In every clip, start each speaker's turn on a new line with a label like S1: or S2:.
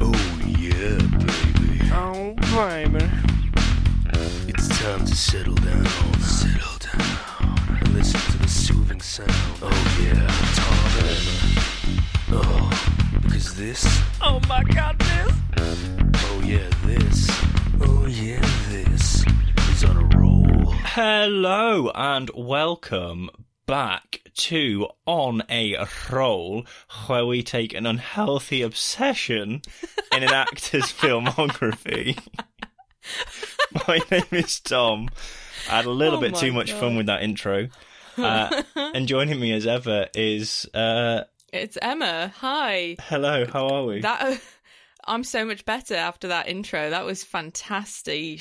S1: Oh yeah, baby.
S2: Oh, baby.
S1: It's time to settle down. Settle down. And listen to the soothing sound. Oh yeah, Tom Emma. Oh, because this.
S2: Oh my god, this.
S1: Oh yeah, this. Oh yeah, this is on a roll.
S3: Hello and welcome back to On a Roll, where we take an unhealthy obsession in an actor's filmography. My name is Tom. I had a little
S2: Oh
S3: bit too
S2: my
S3: much
S2: God.
S3: fun with that intro. Uh, and joining me as ever is uh,
S2: It's Emma. Hi.
S3: hello. How are we?
S2: That uh, I'm so much better after that intro. That was fantastic.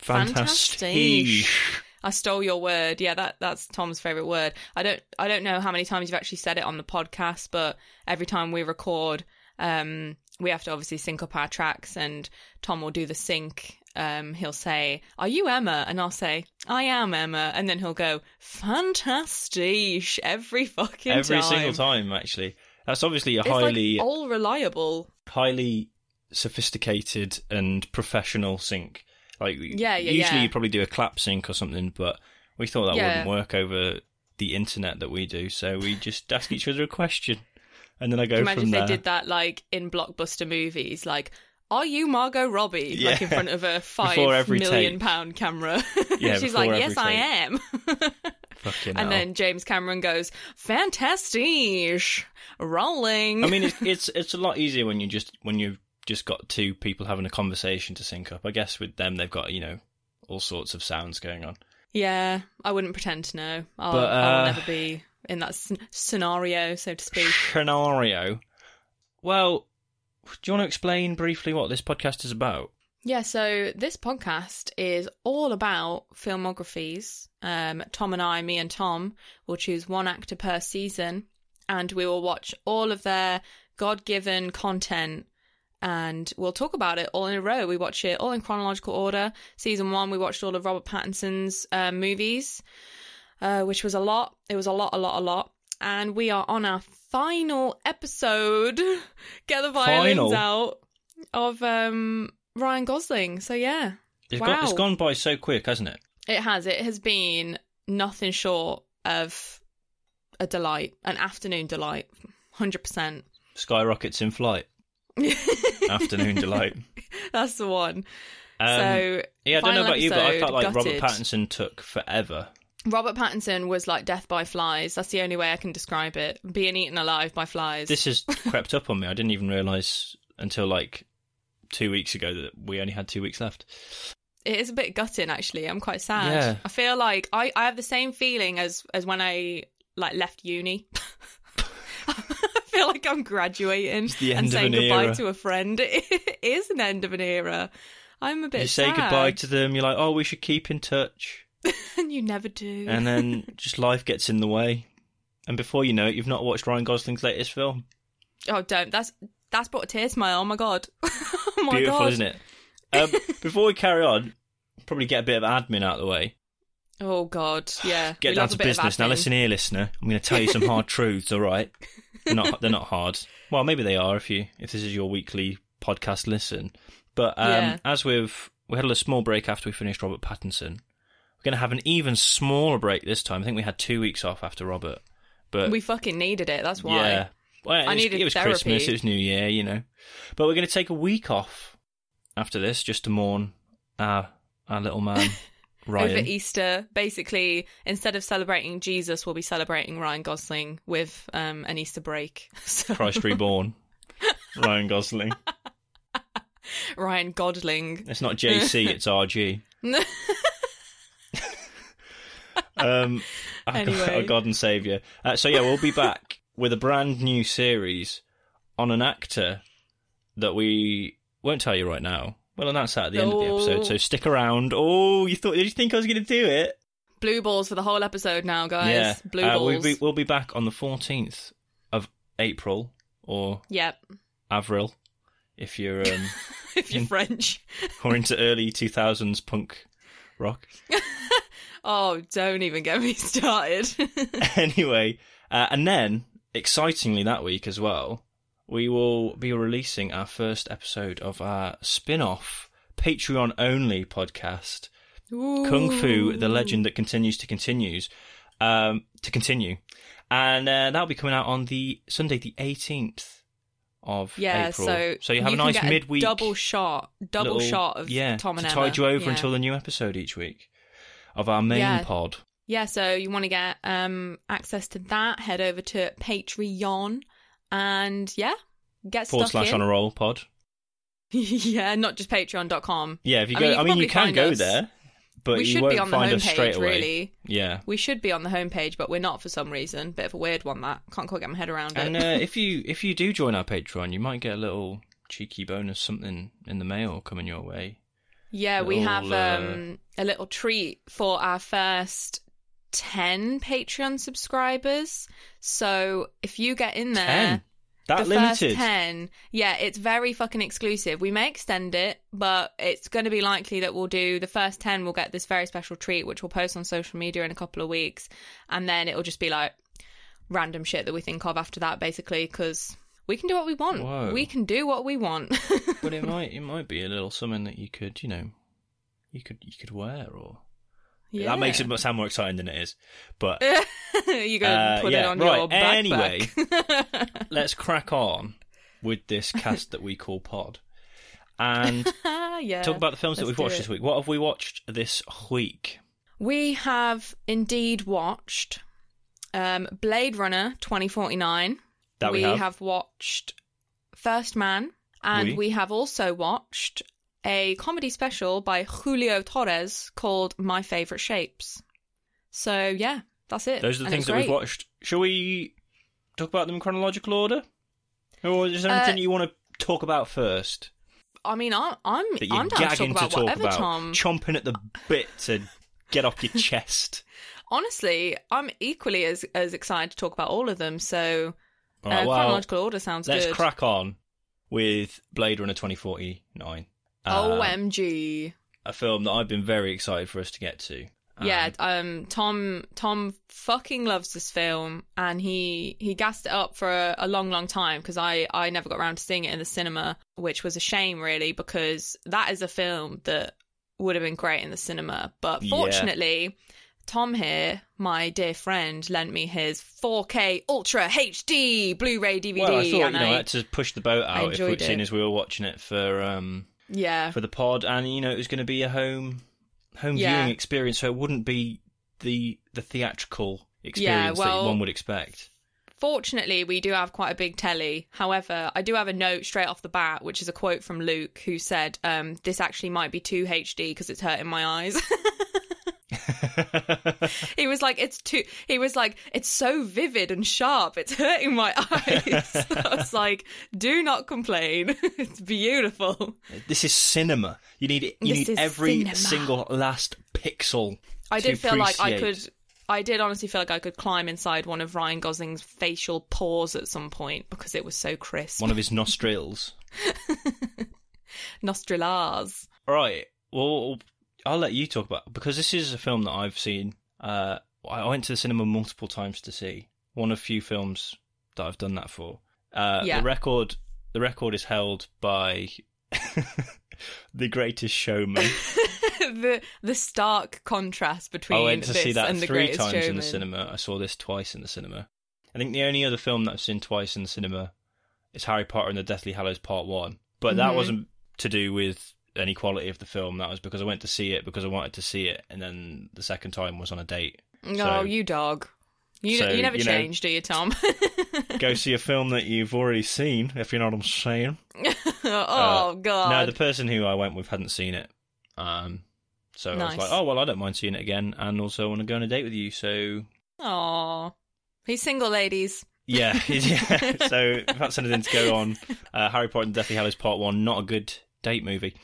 S2: fantastic. I stole your word. Yeah, that that's Tom's favorite word. I don't I don't know how many times you've actually said it on the podcast, but every time we record, um, we have to obviously sync up our tracks, and Tom will do the sync. Um, he'll say, "Are you Emma?" and I'll say, "I am Emma," and then he'll go, "Fantastic!" every fucking
S3: Every single time, actually. That's obviously a
S2: It's
S3: highly
S2: like all reliable.
S3: highly sophisticated and professional sync. Like
S2: Yeah, yeah,
S3: usually
S2: yeah.
S3: you probably do a clap sync or something, but we thought that
S2: Yeah.
S3: wouldn't work over the internet that we do, so we just ask each other a question. And then I go
S2: Can you imagine
S3: from
S2: if they
S3: there.
S2: did that like in blockbuster movies, like "Are you Margot Robbie?" like in
S3: Yeah.
S2: front of a five
S3: Before every
S2: million
S3: tape.
S2: pound camera.
S3: Yeah,
S2: she's
S3: before
S2: like,
S3: every
S2: "Yes, I
S3: tape."
S2: am."
S3: Fucking
S2: and
S3: hell.
S2: then James Cameron goes, "Fantastic, rolling."
S3: I mean it's, it's it's a lot easier when you just when you've just got two people having a conversation to sync up. I guess with them they've got, you know, all sorts of sounds going on.
S2: yeah, I wouldn't pretend to know. I'll,
S3: But,
S2: I'll
S3: uh,
S2: never be in that sc- scenario, so to speak.
S3: Scenario. Well, do you want to explain briefly what this podcast is about?
S2: Yeah, so this podcast is all about filmographies. Um, Tom and I, me and Tom, will choose one actor per season and we will watch all of their God given content and we'll talk about it all in a row. We watch it all in chronological order. Season one, we watched all of Robert Pattinson's uh, movies, uh, which was a lot. It was a lot, a lot, a lot. And we are on our final episode. Get the violins
S3: Final?
S2: out of um, Ryan Gosling. So yeah,
S3: It's
S2: Wow.
S3: gone, it's gone by so quick, hasn't it?
S2: it has. It has been nothing short of a delight, an afternoon delight, hundred percent.
S3: Skyrockets in flight. Afternoon delight.
S2: That's the one.
S3: Um,
S2: so
S3: yeah, I don't know
S2: final
S3: about you, but I
S2: episode,
S3: felt like Robert
S2: gutted.
S3: Pattinson took forever.
S2: Robert Pattinson was like death by flies. That's the only way I can describe it. Being eaten alive by flies.
S3: This has crept up on me. I didn't even realise until like two weeks ago that we only had two weeks left.
S2: it is a bit gutting actually. I'm quite sad.
S3: Yeah.
S2: I feel like I, I have the same feeling as as when I like left uni. I feel like I'm graduating
S3: It's the end
S2: and
S3: of
S2: saying
S3: an
S2: goodbye
S3: era.
S2: to a friend. It is an end of an era. I'm a bit
S3: you say
S2: sad.
S3: goodbye to them, you're like, oh, we should keep in touch.
S2: and you never do.
S3: And then just life gets in the way. And before you know it, you've not watched Ryan Gosling's latest film.
S2: oh, don't. That's that's brought a tear to my oh my god. oh my
S3: Beautiful,
S2: god.
S3: isn't it? Um, before we carry on, probably get a bit of admin out of the way.
S2: Oh god. Yeah.
S3: get
S2: we
S3: down
S2: love
S3: to
S2: a bit of
S3: business now.
S2: admin.
S3: Listen here, listener. I'm going to tell you some hard truths. All right, they're not they're not hard. Well, maybe they are if you if this is your weekly podcast listen. But um,
S2: Yeah.
S3: as we've we had a little small break after we finished Robert Pattinson, we're going to have an even smaller break this time. I think we had two weeks off after Robert, but
S2: We fucking needed it. That's why.
S3: yeah, well, it
S2: I
S3: was,
S2: needed
S3: it was
S2: therapy.
S3: Christmas, it was New Year, you know. But we're going to take a week off after this just to mourn our our little man Ryan.
S2: Over Easter, basically, instead of celebrating Jesus, we'll be celebrating Ryan Gosling with um, an Easter break. So,
S3: Christ reborn. Ryan Gosling.
S2: Ryan Godling.
S3: It's not JC, it's RG. um, our God-
S2: Anyway.
S3: our God and Saviour. Uh, so yeah, we'll be back with a brand new series on an actor that we won't tell you right now. We'll announce that at the end of the
S2: Oh.
S3: episode. So stick around. Oh, you thought? Did you think I was going to do it?
S2: Blue balls for the whole episode now, guys. Blue
S3: Uh,
S2: balls.
S3: We'll be, we'll be back on the 14th of April or
S2: Yep.
S3: Avril, if you're um,
S2: if you're French.
S3: or into early 2000s punk rock.
S2: Oh, don't even get me started.
S3: anyway, uh, and then excitingly that week as well, we will be releasing our first episode of our spin-off Patreon only podcast, Kung Fu: The Legend That Continues to Continues, um, to continue, and uh, that'll be coming out on the Sunday the 18th of
S2: Yeah,
S3: April.
S2: so
S3: you have a
S2: can
S3: nice
S2: get
S3: midweek
S2: double shot, double
S3: little-
S2: shot of
S3: yeah
S2: Tom and
S3: to
S2: Emma.
S3: tide you over
S2: Yeah.
S3: until the new episode each week of our main
S2: Yeah.
S3: pod.
S2: Yeah, so you want to get um access to that, head over to Patreon and yeah, get
S3: Forward
S2: stuck
S3: slash
S2: in.
S3: on a roll pod.
S2: yeah, not just patreon.com.
S3: Yeah, if you
S2: I
S3: go,
S2: mean, you
S3: I
S2: can
S3: mean,
S2: probably
S3: you can
S2: find
S3: go
S2: us.
S3: there, but
S2: we
S3: you
S2: should
S3: won't
S2: be on the
S3: find us straight
S2: homepage,
S3: away.
S2: really.
S3: Yeah,
S2: We should be on the homepage, but we're not for some reason. Bit of a weird one that. Can't quite get my head around it.
S3: and uh, if you if you do join our Patreon, you might get a little cheeky bonus, something in the mail coming your way.
S2: Yeah, we have
S3: Little, uh,
S2: um, a little treat for our first 10 Patreon subscribers. So if you get in there,
S3: Ten, that
S2: the
S3: limited.
S2: first 10, yeah, it's very fucking exclusive. We may extend it, but it's going to be likely that we'll do the first 10, we'll get this very special treat, which we'll post on social media in a couple of weeks. And then it'll just be like random shit that we think of after that, basically, because we can do what we want.
S3: Whoa.
S2: We can do what we want.
S3: but it might it might be a little something that you could you know you could you could wear or that makes
S2: Yeah.
S3: it sound more exciting than it is. But
S2: you go and
S3: Uh,
S2: put it
S3: yeah,
S2: on
S3: right,
S2: your backpack.
S3: anyway. let's crack on with this cast that we call Pod and
S2: yeah.
S3: talk about the films that
S2: let's
S3: we've
S2: do
S3: watched
S2: it.
S3: this week. What have we watched this week?
S2: We have indeed watched um, Blade Runner 2049.
S3: That we have.
S2: watched First Man, and
S3: We.
S2: we. have also watched a comedy special by Julio Torres called My Favorite Shapes. So yeah, that's it.
S3: Those are the
S2: And it
S3: things
S2: was
S3: that we've
S2: great.
S3: watched. Shall we talk about them in chronological order? Or is there anything
S2: Uh,
S3: you want to talk about first?
S2: I mean, I'm I'm
S3: That you're
S2: I'm down to talk
S3: gagging
S2: about
S3: talk
S2: whatever,
S3: about?
S2: Tom.
S3: Chomping at the bit to get off your chest.
S2: Honestly, I'm equally as as excited to talk about all of them. So
S3: All right,
S2: uh,
S3: Oh, well,
S2: chronological order sounds
S3: let's
S2: good.
S3: crack on with Blade Runner 2049.
S2: Oh,
S3: Um,
S2: OMG.
S3: A film that I've been very excited for us to get to. Um,
S2: yeah, um Tom Tom fucking loves this film and he he gassed it up for a, a long long time because I I never got around to seeing it in the cinema, which was a shame really because that is a film that would have been great in the cinema, but
S3: Yeah.
S2: fortunately Tom here, my dear friend, lent me his 4K Ultra HD Blu-ray DVD,
S3: Well, I thought,
S2: and
S3: you know,
S2: I-
S3: I had to push the boat out if
S2: enjoyed
S3: we'd seen
S2: it.
S3: as we were watching it for um,
S2: yeah,
S3: for the pod, and you know it was going to be a home home
S2: Yeah.
S3: viewing experience, so it wouldn't be the the theatrical
S2: Yeah,
S3: experience that
S2: well-
S3: one would expect.
S2: Fortunately, we do have quite a big telly. However, I do have a note straight off the bat, which is a quote from Luke, who said, um, "This actually might be too HD because it's hurting my eyes." he was like, "It's too." He was like, "It's so vivid and sharp. It's hurting my eyes." I was like, "Do not complain. it's beautiful."
S3: This is cinema. You need you
S2: This
S3: need
S2: is
S3: every
S2: cinema.
S3: single last pixel.
S2: I
S3: to
S2: did feel like I
S3: appreciate.
S2: could. I did honestly feel like I could climb inside one of Ryan Gosling's facial pores at some point because it was so crisp.
S3: one of his nostrils.
S2: Nostrilars.
S3: All right. Well, I'll let you talk about because this is a film that I've seen. Uh, I went to the cinema multiple times to see. One of few films that I've done that for. Uh,
S2: Yeah.
S3: The record, the record is held by the Greatest Showman.
S2: the the stark contrast between
S3: I went to
S2: this
S3: see that
S2: and the
S3: three
S2: greatest
S3: times
S2: showman.
S3: in the cinema. I saw this twice in the cinema. I think the only other film that I've seen twice in the cinema is Harry Potter and the Deathly Hallows Part One. But that
S2: Mhm.
S3: wasn't to do with any quality of the film. That was because I went to see it because I wanted to see it, and then the second time was on a date.
S2: Oh,
S3: So-
S2: you dog! You
S3: So,
S2: you never
S3: you know- Uh,
S2: change, do you, Tom?
S3: Go see a film that you've already seen, if you know what I'm saying.
S2: oh
S3: Uh,
S2: God!
S3: No, the person who I went with hadn't seen it. Um, So I
S2: Nice.
S3: was like, oh, well, I don't mind seeing it again. And also, I want to go on a date with you. So,
S2: Aw. He's single, ladies.
S3: yeah. yeah. so, if that's anything to go on, uh, Harry Potter and the Deathly Hallows Part 1, not a good date movie.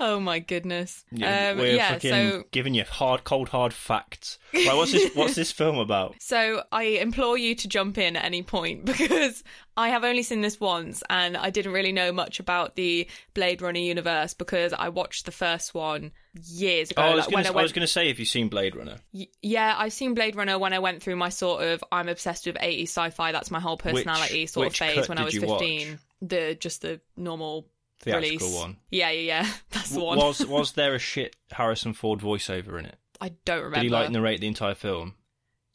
S2: Oh my goodness.
S3: Yeah,
S2: Um,
S3: we're
S2: yeah,
S3: fucking
S2: so
S3: giving you hard, cold, hard facts. Like, what's this? what's this film about?
S2: so I implore you to jump in at any point because I have only seen this once and I didn't really know much about the Blade Runner universe because I watched the first one years ago.
S3: Oh, I was
S2: like, when
S3: gonna- I
S2: went-
S3: was going to say, have you seen Blade Runner?
S2: Y- Yeah, I've seen Blade Runner when I went through my sort of I'm obsessed with 80s sci-fi. That's my whole personality sort
S3: which
S2: of phase
S3: cut
S2: when
S3: did
S2: I was
S3: you watch?
S2: 15. The just the normal
S3: Theatrical
S2: release
S3: one.
S2: Yeah, yeah, yeah. That's the
S3: W-
S2: one.
S3: Was was there a shit Harrison Ford voiceover in it?
S2: I don't remember.
S3: Did he like narrate the entire film?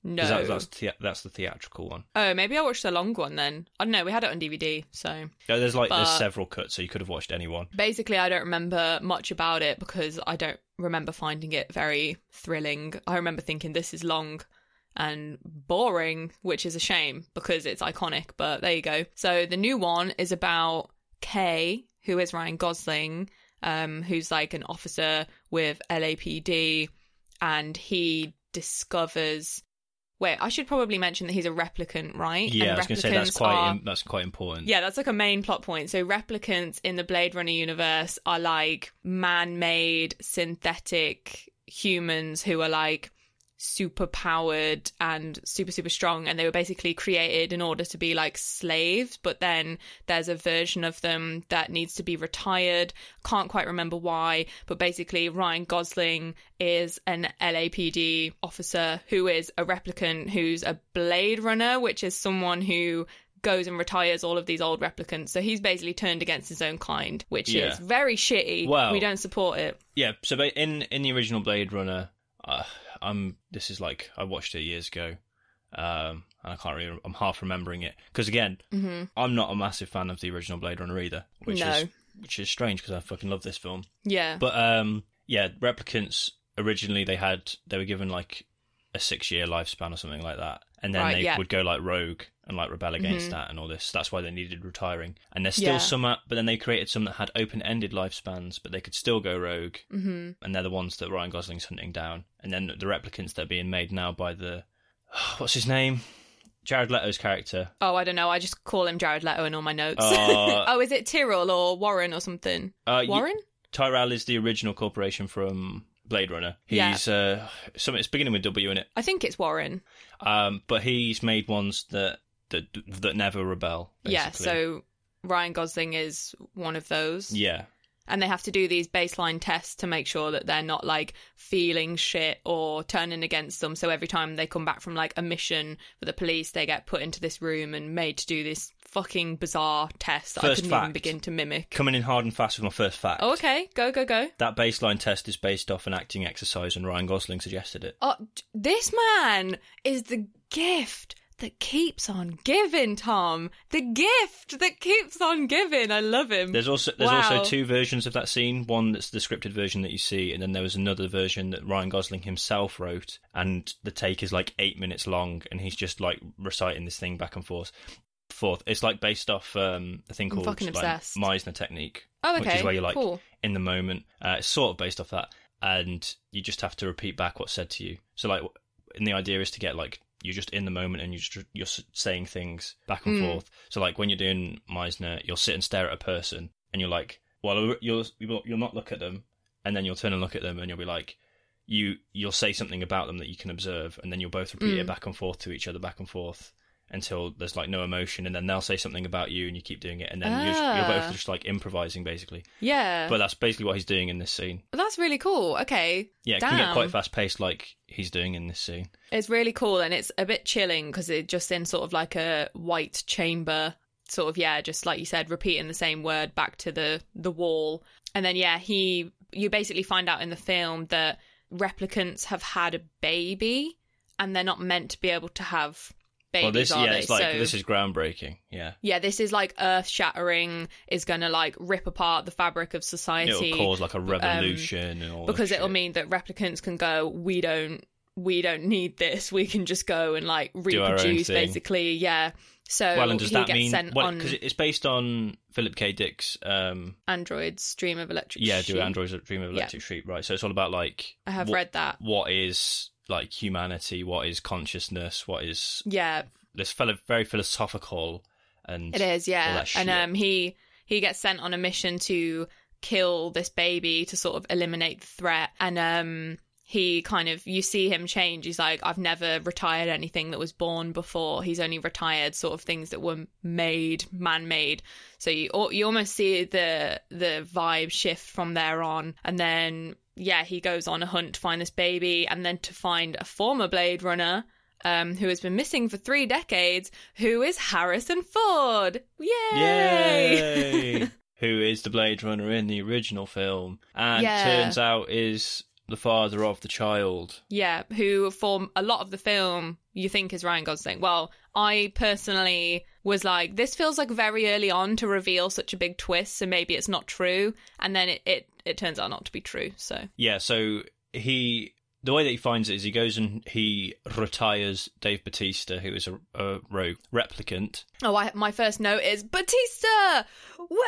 S2: no.
S3: 'Cause that- that's the, that's the theatrical one.
S2: Oh, maybe I watched the long one then. I don't know. We had it on DVD, so
S3: Yeah, there's like
S2: But-
S3: there's several cuts, so you could have watched any one.
S2: basically I don't remember much about it because I don't remember finding it very thrilling. I remember thinking this is long and boring, which is a shame because it's iconic. But there you go. So the new one is about Kay, who is Ryan Gosling, um, who's like an officer with LAPD, and he discovers. Wait, I should probably mention that he's a replicant, right?
S3: Yeah,
S2: and
S3: I was going to say that's
S2: replicants
S3: quite
S2: are-
S3: im- that's quite important.
S2: yeah, that's like a main plot point. So replicants in the Blade Runner universe are like man-made synthetic humans who are like super powered and super super strong and they were basically created in order to be like slaves but then there's a version of them that needs to be retired can't quite remember why but basically Ryan Gosling is an LAPD officer who is a replicant who's a blade runner which is someone who goes and retires all of these old replicants so he's basically turned against his own kind which
S3: Yeah.
S2: is very shitty
S3: Well-
S2: we don't support it
S3: yeah. So ba- in in the original Blade Runner, uh, I'm this is like I watched it years ago, um, and I can't really I'm half remembering it because again
S2: hmm
S3: I'm not a massive fan of the original Blade Runner either, which is
S2: No.
S3: which is strange because I fucking love this film.
S2: yeah
S3: But um, yeah, replicants originally they had they were given like a six year lifespan or something like that, and then
S2: Right,
S3: they
S2: yeah.
S3: would go like rogue and like rebel against
S2: Mhm.
S3: that and all this. That's why they needed retiring. And there's still
S2: Yeah.
S3: some, out- but then they created some that had open ended lifespans, but they could still go rogue,
S2: hmm
S3: and they're the ones that Ryan Gosling's hunting down. And then the replicants that are being made now by the what's his name, Jared Leto's character.
S2: Oh, I don't know. I just call him Jared Leto in all my notes.
S3: Uh,
S2: oh, is it Tyrrell or Warren or something?
S3: Uh, you-
S2: Warren?
S3: Tyrell is the original corporation from Blade Runner.
S2: Yeah.
S3: He's uh, something. It's beginning with W in it.
S2: I think it's Warren.
S3: Um, but he's made ones that that that never rebel.
S2: Yeah.
S3: basically.
S2: So Ryan Gosling is one of those.
S3: yeah,
S2: And they have to do these baseline tests to make sure that they're not like feeling shit or turning against them. So every time they come back from like a mission for the police, they get put into this room and made to do this fucking bizarre test that I
S3: First
S2: couldn't even
S3: fact.
S2: begin to mimic.
S3: coming in hard and fast with my first fact.
S2: Oh, okay. Go, go, go.
S3: That baseline test is based off an acting exercise, and Ryan Gosling suggested it.
S2: Oh, d- this man is the gift that keeps on giving, Tom. The gift that keeps on giving. I love him.
S3: There's also there's
S2: Wow.
S3: also two versions of that scene. One that's the scripted version that you see, and then there was another version that Ryan Gosling himself wrote. And the take is like eight minutes long, and he's just like reciting this thing back and forth. Forth. It's like based off um, a thing
S2: I'm
S3: called
S2: fucking
S3: like,
S2: obsessed.
S3: Meisner technique,
S2: Oh,
S3: which is
S2: okay.
S3: where you're like
S2: Cool.
S3: in the moment. Uh, it's sort of based off that, and you just have to repeat back what's said to you. So like, and the idea is to get like you're just in the moment and you're just, you're s- saying things back and
S2: Mm.
S3: forth. So like when you're doing Meisner, you'll sit and stare at a person, and you're like, well, you'll you'll you'll not look at them, and then you'll turn and look at them, and you'll be like. You you'll say something about them that you can observe, and then you'll both repeat it
S2: Mm.
S3: back and forth to each other, back and forth, until there's like no emotion, and then they'll say something about you, and you keep doing it, and then you're, just, you're
S2: Ah.
S3: both just like improvising basically.
S2: yeah.
S3: But that's basically what he's doing in this scene.
S2: That's really cool. Okay.
S3: Yeah, it
S2: Damn.
S3: can get quite fast paced, like he's doing in this scene.
S2: It's really cool and it's a bit chilling because it's just in sort of like a white chamber, sort of yeah, just like you said, repeating the same word back to the the wall. And then yeah, he you basically find out in the film that replicants have had a baby and they're not meant to be able to have babies.
S3: well, this
S2: are
S3: yeah,
S2: they?
S3: it's like
S2: So-
S3: this is groundbreaking. Yeah,
S2: yeah, this is like earth shattering. Is gonna like rip apart the fabric of society
S3: it'll cause like a revolution and all.
S2: Um, because
S3: this
S2: it'll
S3: shit.
S2: mean that replicants can go we don't we don't need this we can just go and like
S3: our own
S2: reproduce
S3: thing.
S2: basically yeah So
S3: well, and does
S2: oh, he
S3: that
S2: gets
S3: mean
S2: sent on
S3: because it's based on Philip K. Dick's? Um,
S2: Android's Dream of Electric
S3: yeah, do
S2: Sheep.
S3: androids dream of
S2: Yeah.
S3: electric sheep? Right. So it's all about like
S2: I have
S3: what-
S2: read that.
S3: what is like humanity, what is consciousness, what is
S2: Yeah,
S3: this fellow very philosophical and
S2: it is.
S3: all
S2: Yeah,
S3: that
S2: and
S3: shit.
S2: um, he he gets sent on a mission to kill this baby to sort of eliminate the threat, and um, he kind of you see him change. He's like, I've never retired anything that was born before. He's only retired sort of things that were made, man made. So you al- you almost see the the vibe shift from there on, and then. Yeah, he goes on a hunt to find this baby and then to find a former Blade Runner um, who has been missing for three decades, who is Harrison Ford. Yay!
S3: Yay! Who is the Blade Runner in the original film? And
S2: Yeah.
S3: turns out is the father of the child.
S2: yeah, who for a lot of the film you think is Ryan Gosling. Well, I personally was like, this feels like very early on to reveal such a big twist, so maybe it's not true. And then it, it, it turns out not to be true. So,
S3: Yeah, so he the way that he finds it is he goes and he retires Dave Batista, who is a, a rogue replicant.
S2: oh, I, my first note is Batista!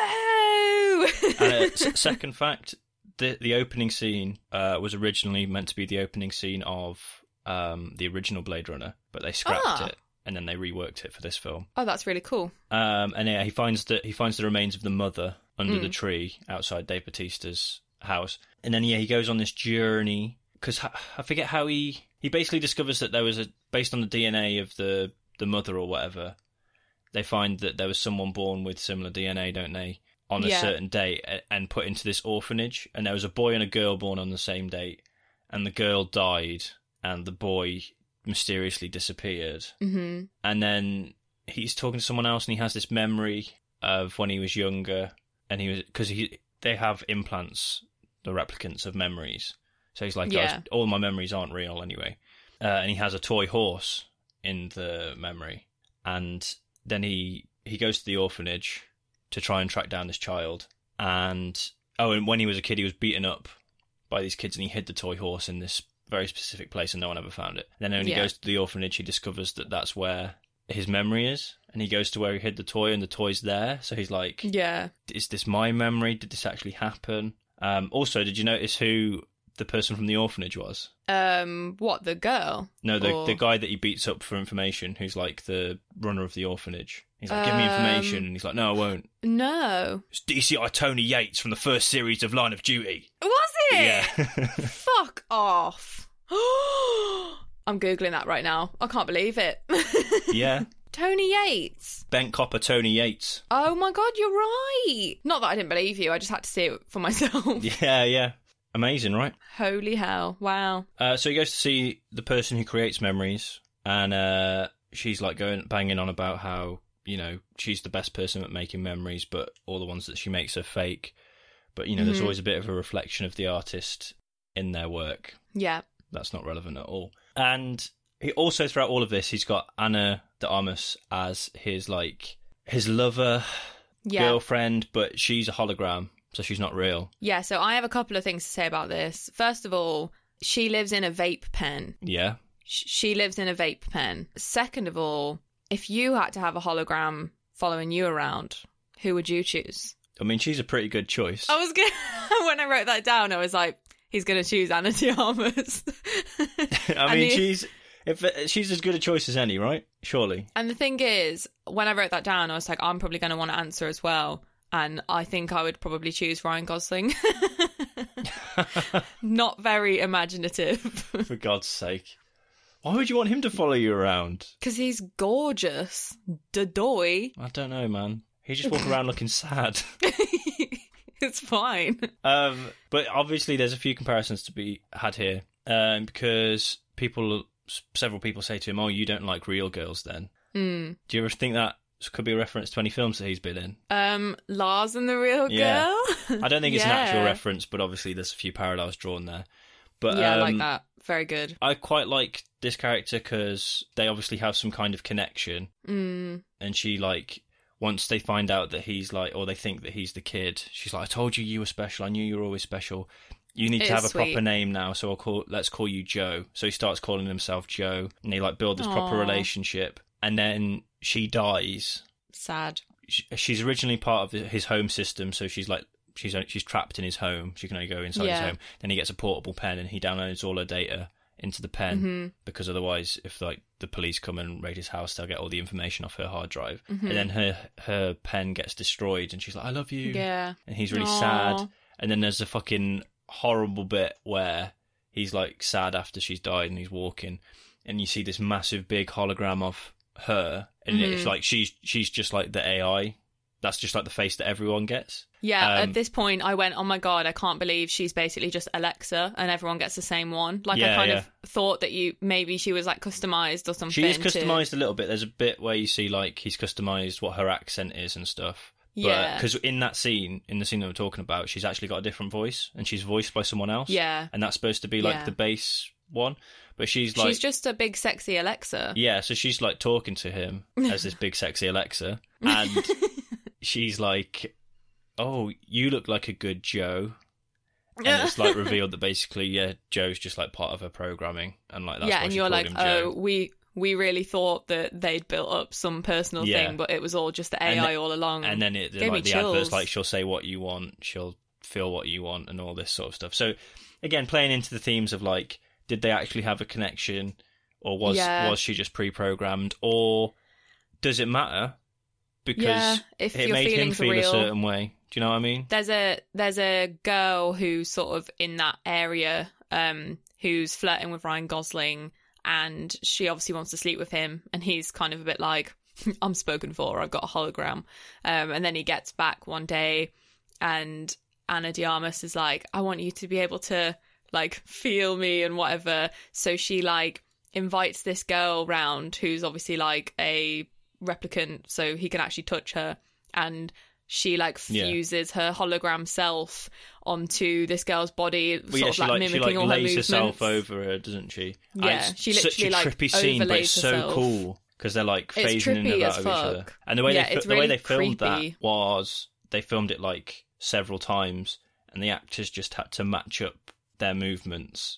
S2: Whoa!
S3: And uh, s- second fact, the the opening scene uh, was originally meant to be the opening scene of um, the original Blade Runner, but they scrapped
S2: Ah.
S3: it and then they reworked it for this film.
S2: oh, that's really cool.
S3: Um, and yeah, he finds the he finds the remains of the mother under
S2: Mm.
S3: the tree outside Dave Batista's house, and then yeah, he goes on this journey because I forget how he he basically discovers that there was a based on the DNA of the the mother or whatever, they find that there was someone born with similar DNA, don't they? On a
S2: Yeah.
S3: certain date a- and put into this orphanage, and there was a boy and a girl born on the same date, and the girl died, and the boy mysteriously disappeared
S2: hmm
S3: and then he's talking to someone else and he has this memory of when he was younger and he was because he they have implants the replicants of memories so he's like "I was-
S2: Yeah.
S3: all my memories aren't real anyway uh, and he has a toy horse in the memory and then he he goes to the orphanage to try and track down this child and oh and when he was a kid he was beaten up by these kids and he hid the toy horse in this very specific place and no one ever found it. And then when he
S2: Yeah.
S3: goes to the orphanage, he discovers that that's where his memory is. And he goes to where he hid the toy and the toy's there. So he's like,
S2: Yeah.
S3: is this my memory? Did this actually happen? Um, also, did you notice who the person from the orphanage was?
S2: Um, what, the girl?
S3: No, the,
S2: Or-
S3: the guy that he beats up for information, who's like the runner of the orphanage. He's like, give me information.
S2: Um,
S3: And he's like, no, I won't.
S2: No.
S3: It's DCI Tony Yates from the first series of Line of Duty.
S2: Was it?
S3: Yeah.
S2: Fuck off. I'm Googling that right now. I can't believe it.
S3: yeah.
S2: Tony Yates.
S3: Bent copper Tony Yates.
S2: Oh my god, you're right. Not that I didn't believe you, I just had to see it for myself.
S3: Yeah, yeah. Amazing, right?
S2: Holy hell. Wow.
S3: Uh, so he goes to see the person who creates memories, and uh, she's like going banging on about how you know she's the best person at making memories, but all the ones that she makes are fake. But you know, there's
S2: Mhm.
S3: always a bit of a reflection of the artist in their work.
S2: Yeah.
S3: That's not relevant at all. And he also throughout all of this, he's got Anna de Armas as his like his lover
S2: Yeah.
S3: girlfriend, but she's a hologram, so she's not real.
S2: Yeah, so I have a couple of things to say about this. First of all, she lives in a vape pen.
S3: Yeah,
S2: Sh- she lives in a vape pen. Second of all, if you had to have a hologram following you around, who would you choose?
S3: I mean, she's a pretty good choice.
S2: I was gonna when I wrote that down, I was like, he's gonna choose Anna de Armas.
S3: I
S2: and the,
S3: mean, she's if uh, she's as good a choice as any, right? Surely.
S2: and the thing is, when I wrote that down, I was like, I'm probably gonna want to answer as well, and I think I would probably choose Ryan Gosling. Not very imaginative
S3: For God's sake, why would you want him to follow you around?
S2: because he's gorgeous, doy.
S3: I don't know, man. He just walk around looking sad.
S2: it's fine.
S3: Um, but obviously, there's a few comparisons to be had here um, because people, s- several people say to him, "Oh, you don't like real girls, then."
S2: Mm.
S3: Do you ever think that could be a reference to any films that he's been in?
S2: Um, Lars and the Real Girl.
S3: Yeah. I don't think it's an actual
S2: Yeah.
S3: reference, but obviously, there's a few parallels drawn there. But
S2: yeah, I like
S3: um,
S2: that. Very good.
S3: I quite like this character because they obviously have some kind of connection,
S2: Mm.
S3: and she like once they find out that he's like, or they think that he's the kid, she's like, "I told you you were special. I knew you were always special. You need
S2: It
S3: to have
S2: is
S3: a proper
S2: sweet.
S3: name now, so I'll call. Let's call you Joe." So he starts calling himself Joe, and they like build this proper
S2: Aw.
S3: relationship, and then she dies.
S2: Sad.
S3: Sh- She's originally part of the- his home system, so she's like she's she's trapped in his home. She can only go inside his
S2: Yeah.
S3: home. Then he gets a portable pen and he downloads all her data into the pen
S2: Mm-hmm.
S3: because otherwise, if like the police come and raid his house, they'll get all the information off her hard drive.
S2: Mm-hmm.
S3: And then her her pen gets destroyed, and she's like, "I love you."
S2: Hmm. Yeah.
S3: and he's really
S2: Aw.
S3: sad. And then there's a fucking horrible bit where he's like sad after she's died and he's walking, and you see this massive big hologram of her, and
S2: Mm-hmm.
S3: it's like she's she's just like the AI. That's just like the face that everyone gets.
S2: Yeah,
S3: Um,
S2: at this point, I went, oh my God, I can't believe she's basically just Alexa and everyone gets the same one. Like,
S3: Yeah,
S2: I kind
S3: yeah.
S2: of thought that you maybe she was like customized or something.
S3: She is
S2: to-
S3: customized a little bit. There's a bit where you see like he's customized what her accent is and stuff.
S2: Yeah.
S3: Because in that scene, in the scene that we're talking about, she's actually got a different voice and she's voiced by someone else.
S2: Yeah.
S3: And that's supposed to be like
S2: Yeah.
S3: the bass one. But she's like.
S2: she's just a big, sexy Alexa.
S3: Yeah, so she's like talking to him as this big sexy Alexa, and she's like, "Oh, you look like a good Joe," and it's like revealed that basically, yeah, Joe's just like part of her programming, and like that's
S2: yeah,
S3: why
S2: and
S3: she
S2: you're
S3: called
S2: like,
S3: him
S2: oh,
S3: Joe.
S2: we we really thought that they'd built up some personal
S3: Yeah.
S2: thing, but it was all just the
S3: And
S2: AI
S3: the-
S2: all along.
S3: And then it
S2: Mm. Gave me
S3: like the adverts
S2: chills.
S3: like she'll say what you want, she'll feel what you want, and all this sort of stuff. So again, playing into the themes of like, did they actually have a connection, or was
S2: Yeah.
S3: was she just pre-programmed, or does it matter? Because
S2: Yeah, if
S3: it
S2: your
S3: made him
S2: feelings are
S3: feel a
S2: real.
S3: certain way. Do you know what I mean?
S2: there's a there's a girl who's sort of in that area um who's flirting with Ryan Gosling and she obviously wants to sleep with him and he's kind of a bit like I'm spoken for I've got a hologram um and then he gets back one day and Anna Diarmas is like I want you to be able to like feel me and whatever so she like invites this girl round who's obviously like a replicant so he can actually touch her and she like
S3: Yeah.
S2: fuses her hologram self onto this girl's body
S3: Well,
S2: sort
S3: yeah,
S2: of
S3: she
S2: like
S3: like, she
S2: mimicking
S3: like
S2: all her
S3: lays
S2: movements
S3: herself over her, doesn't she? And
S2: Yeah,
S3: it's
S2: she
S3: such a
S2: literally, like,
S3: trippy scene, but
S2: overlays
S3: it's so
S2: herself.
S3: cool because they're like
S2: It's
S3: phasing in and
S2: trippy
S3: out
S2: as
S3: of each other.
S2: fuck.
S3: And the way
S2: Yeah,
S3: they fi-
S2: it's
S3: the way
S2: really
S3: they filmed
S2: creepy.
S3: that was they filmed it like several times, and the actors just had to match up their movements,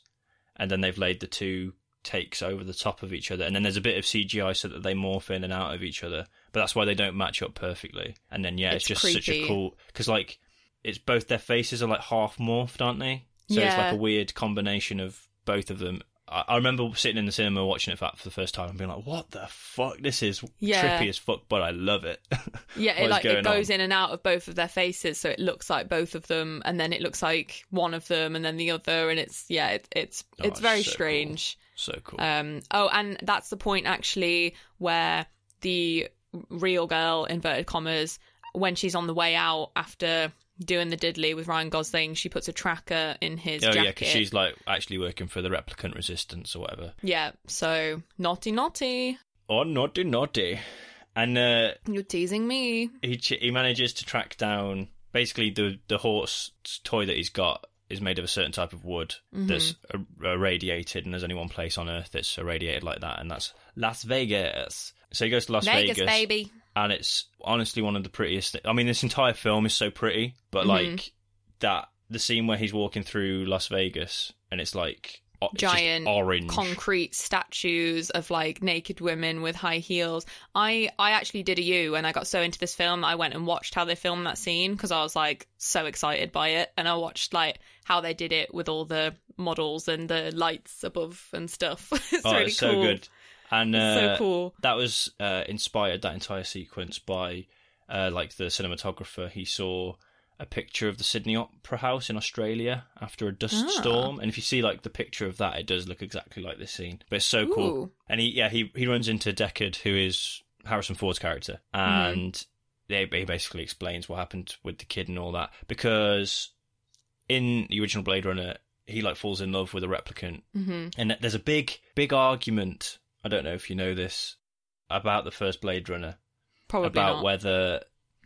S3: and then they've laid the two takes over the top of each other, and then there's a bit of CGI so that they morph in and out of each other. But that's why they don't match up perfectly. And then yeah, it's,
S2: It's
S3: just such a
S2: creepy.
S3: cool because like it's both their faces are like half morphed, aren't they? So it's
S2: Yeah.
S3: like a weird combination of both of them. I, I remember sitting in the cinema watching it for, for the first time and being like, "What the fuck? This is
S2: Yeah.
S3: trippy as fuck, but I love it."
S2: Yeah, it
S3: What's
S2: like
S3: going
S2: it goes
S3: on?
S2: in and out of both of their faces, so it looks like both of them, and then it looks like one of them, and then the other, and it's yeah, it, it's
S3: Oh,
S2: it's very
S3: so cool.
S2: strange.
S3: So cool.
S2: Um, oh, and that's the point actually where the real girl inverted commas, when she's on the way out after doing the diddly with Ryan Gosling, she puts a tracker in his
S3: oh
S2: jacket.
S3: yeah, because she's like actually working for the replicant resistance or whatever.
S2: Yeah, so naughty, naughty,
S3: Oh naughty naughty, and uh,
S2: you're teasing me.
S3: he ch- he manages to track down basically the the horse toy that he's got is made of a certain type of wood
S2: Mm-hmm.
S3: that's ir- irradiated, and there's only one place on Earth that's irradiated like that, and that's Las Vegas. So he goes to Las Vegas,
S2: Vegas, baby.
S3: and it's honestly one of the prettiest. Th- I mean, this entire film is so pretty, but
S2: Mm-hmm.
S3: like that the scene where he's walking through Las Vegas, and it's like o- it's just
S2: giant
S3: orange
S2: concrete statues of like naked women with high heels. I I actually did a U and I got so into this film that I went and watched how they filmed that scene because I was like so excited by it and I watched like how they did it with all the models and the lights above and stuff. it's
S3: oh,
S2: really
S3: it's
S2: cool.
S3: so good. And
S2: It's so
S3: uh,
S2: cool.
S3: that was uh, inspired that entire sequence by uh, like the cinematographer. He saw a picture of the Sydney Opera House in Australia after a dust
S2: Ah.
S3: storm, and if you see like the picture of that, it does look exactly like this scene. But it's so cool.
S2: Ooh.
S3: And he yeah he he runs into Deckard, who is Harrison Ford's character,
S2: Mm-hmm.
S3: and they he basically explains what happened with the kid and all that because in the original Blade Runner. He like falls in love with a replicant,
S2: hmm
S3: and there's a big, big argument. I don't know if you know this about the first Blade Runner
S2: Probably
S3: about
S2: not.
S3: whether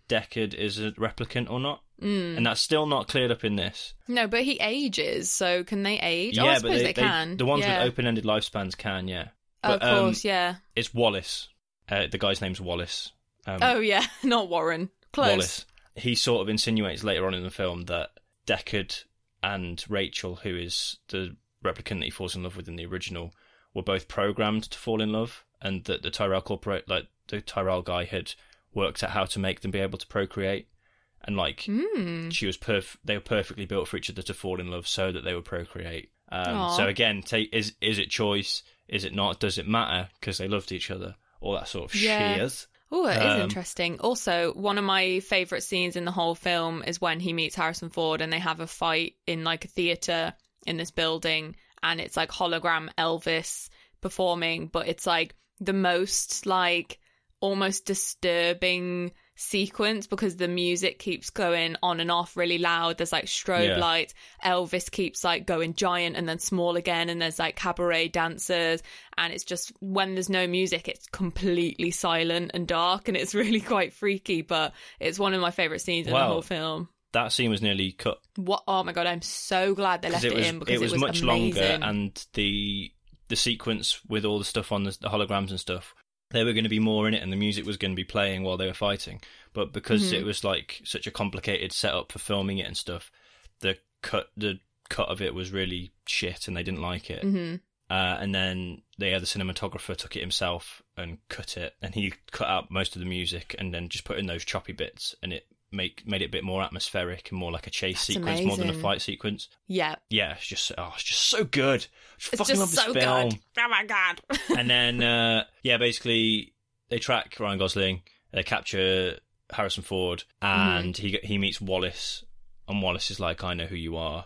S3: Deckard is a replicant or not,
S2: Mm.
S3: and that's still not cleared up in this.
S2: No, but he ages, so can they age? oh, I suppose they, can.
S3: the ones
S2: yeah. Oh,
S3: with open-ended lifespans can, yeah. But,
S2: of
S3: um,
S2: course, yeah.
S3: It's Wallace. Uh, the guy's name's Wallace. Um,
S2: oh yeah, not Warren. Close.
S3: Wallace. He sort of insinuates later on in the film that Deckard and Rachel, who is the replicant that he falls in love with in the original, were both programmed to fall in love, and that the Tyrell Corporate, like the Tyrell guy had worked out how to make them be able to procreate, and like
S2: Mm.
S3: she was perf- they were perfectly built for each other to fall in love so that they would procreate. Um,
S2: Aw.
S3: so again, ta is is it choice? Is it not? Does it matter? Because they loved each other, all that sort of
S2: Yeah.
S3: shears.
S2: Oh, it is
S3: Um,
S2: interesting. Also, one of my favourite scenes in the whole film is when he meets Harrison Ford and they have a fight in like a theatre in this building, and it's like hologram Elvis performing, but it's like the most like almost disturbing sequence because the music keeps going on and off really loud. There's like strobe
S3: Yeah.
S2: lights. Elvis keeps like going giant and then small again, and there's like cabaret dancers, and it's just when there's no music, it's completely silent and dark, and it's really quite freaky. But it's one of my favorite scenes in
S3: Wow.
S2: the whole film.
S3: That scene was nearly cut
S2: What? Oh my god, I'm so glad they left it,
S3: was
S2: in because
S3: was, much
S2: amazing.
S3: longer, and the the sequence with all the stuff on the, the holograms and stuff, they were going to be more in it, and the music was going to be playing while they were fighting. But because
S2: Mhm.
S3: it was like such a complicated setup for filming it and stuff, the cut the cut of it was really shit, and they didn't like it.
S2: Mhm.
S3: Uh, and then the other cinematographer took it himself and cut it, and he cut out most of the music, and then just put in those choppy bits, and it make made it a bit more atmospheric and more like a chase
S2: That's
S3: sequence more than a
S2: amazing.
S3: fight sequence
S2: yeah,
S3: yeah, it's just oh, it's just so good. Just
S2: it's
S3: fucking
S2: just so
S3: love this film.
S2: good. Oh my god.
S3: and then uh, yeah, basically they track Ryan Gosling, they capture Harrison Ford,
S2: Mm-hmm.
S3: and he he meets Wallace, and Wallace is like, "I know who you are.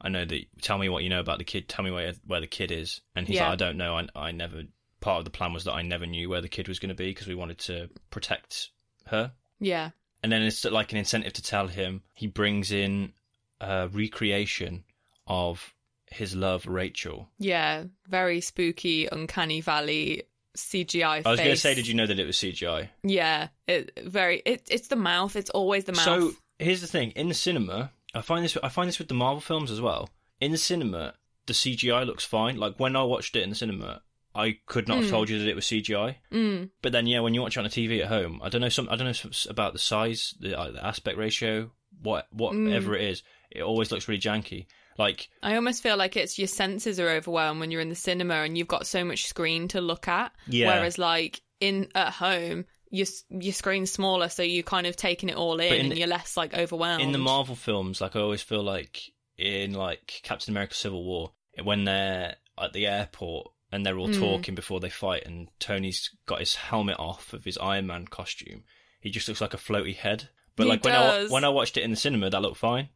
S3: I know that. Tell me what you know about the kid. Tell me where where the kid is." And he's
S2: Yeah.
S3: like, "I don't know. I I never." Part of the plan was that I never knew where the kid was going to be because we wanted to protect her.
S2: yeah.
S3: And then it's like an incentive to tell him. He brings in a recreation of his love, Rachel.
S2: Yeah, very spooky, uncanny valley CGI.
S3: I was going to
S2: face.
S3: say, did you know that it was CGI?
S2: Yeah, it very. It, it's the mouth. It's always the mouth.
S3: So here's the thing: in the cinema, I find this. I find this with the Marvel films as well. In the cinema, the CGI looks fine. Like when I watched it in the cinema, I could not have
S2: Mm.
S3: told you that it was CGI.
S2: Mm,
S3: But then, yeah, when you watch it on a TV at home, I don't know some. I don't know s- about the size, the, uh, the aspect ratio, what whatever
S2: Hmm.
S3: it is. It always looks really janky. Like
S2: I almost feel like it's your senses are overwhelmed when you're in the cinema and you've got so much screen to look at.
S3: Yeah.
S2: Whereas like in at home, your s- your screen's smaller, so you're kind of taking it all in,
S3: in
S2: and
S3: the-
S2: you're less like overwhelmed.
S3: in the Marvel films, like I always feel like in like Captain America: Civil War, when they're at the airport and they're all
S2: Mm.
S3: talking before they fight, and Tony's got his helmet off of his Iron Man costume, he just looks like a floaty head. But
S2: He
S3: like when
S2: does.
S3: I when I watched it in the cinema, that looked fine.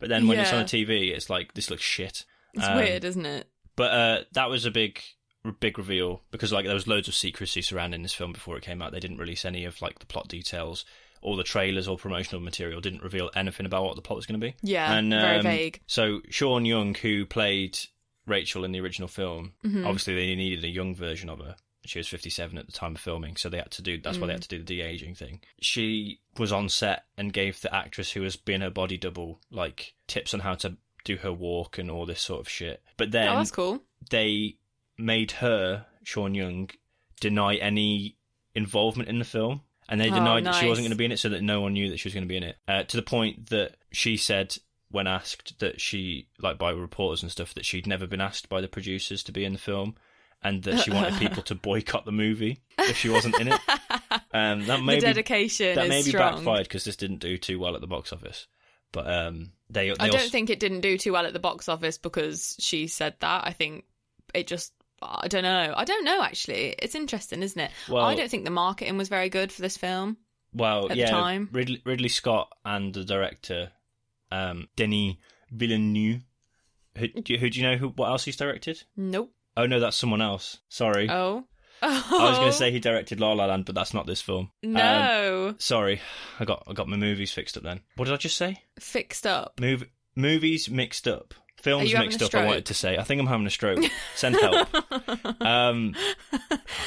S3: But then when it's on
S2: Yeah.
S3: the TV, it's like this looks shit.
S2: it's
S3: Um,
S2: weird, isn't it?
S3: But uh, that was a big big reveal because like there was loads of secrecy surrounding this film before it came out. They didn't release any of like the plot details. All the trailers or promotional material didn't reveal anything about what the plot was going to be.
S2: Yeah,
S3: and,
S2: very
S3: um,
S2: vague.
S3: So Sean Young, who played Rachel in the original film,
S2: Mm-hmm.
S3: obviously they needed a young version of her. She was 57 at the time of filming, so they had to do. That's why they
S2: Mm.
S3: had to do the de aging thing. She was on set and gave the actress who was being her body double like tips on how to do her walk and all this sort of shit. But then
S2: oh, that's cool.
S3: they made her Sean Young deny any involvement in the film, and they
S2: Oh,
S3: denied that she
S2: nice.
S3: wasn't going to be in it, so that no one knew that she was going to be in it. Uh, to the point that she said, when asked, that she like by reporters and stuff, that she'd never been asked by the producers to be in the film, and that she wanted people to boycott the movie if she wasn't in it. Um, that may
S2: the
S3: be
S2: dedication
S3: that
S2: is
S3: may be
S2: strong.
S3: backfired because this didn't do too well at the box office. But um, they, they
S2: I
S3: also-
S2: don't think it didn't do too well at the box office because she said that. I think it just. I don't know. I don't know actually. It's interesting, isn't it?
S3: Well-
S2: I don't think the marketing was very good for this film.
S3: Well,
S2: at the
S3: yeah,
S2: time.
S3: Ridley, Ridley Scott and the director um, Denis Villeneuve. Who do, you, who do you know? Who? What else he's directed?
S2: Nope.
S3: Oh no, that's someone else. Sorry,
S2: Oh.
S3: I was going to say he directed La La Land, but that's not this film. Um,
S2: No.
S3: sorry, I got I got my movies fixed up. Then what did I just say?
S2: Fixed up.
S3: Mov- movies mixed up. Films
S2: you having
S3: mixed
S2: a
S3: up. I
S2: stroke?
S3: wanted to say. I think I'm having a stroke. Send help. um,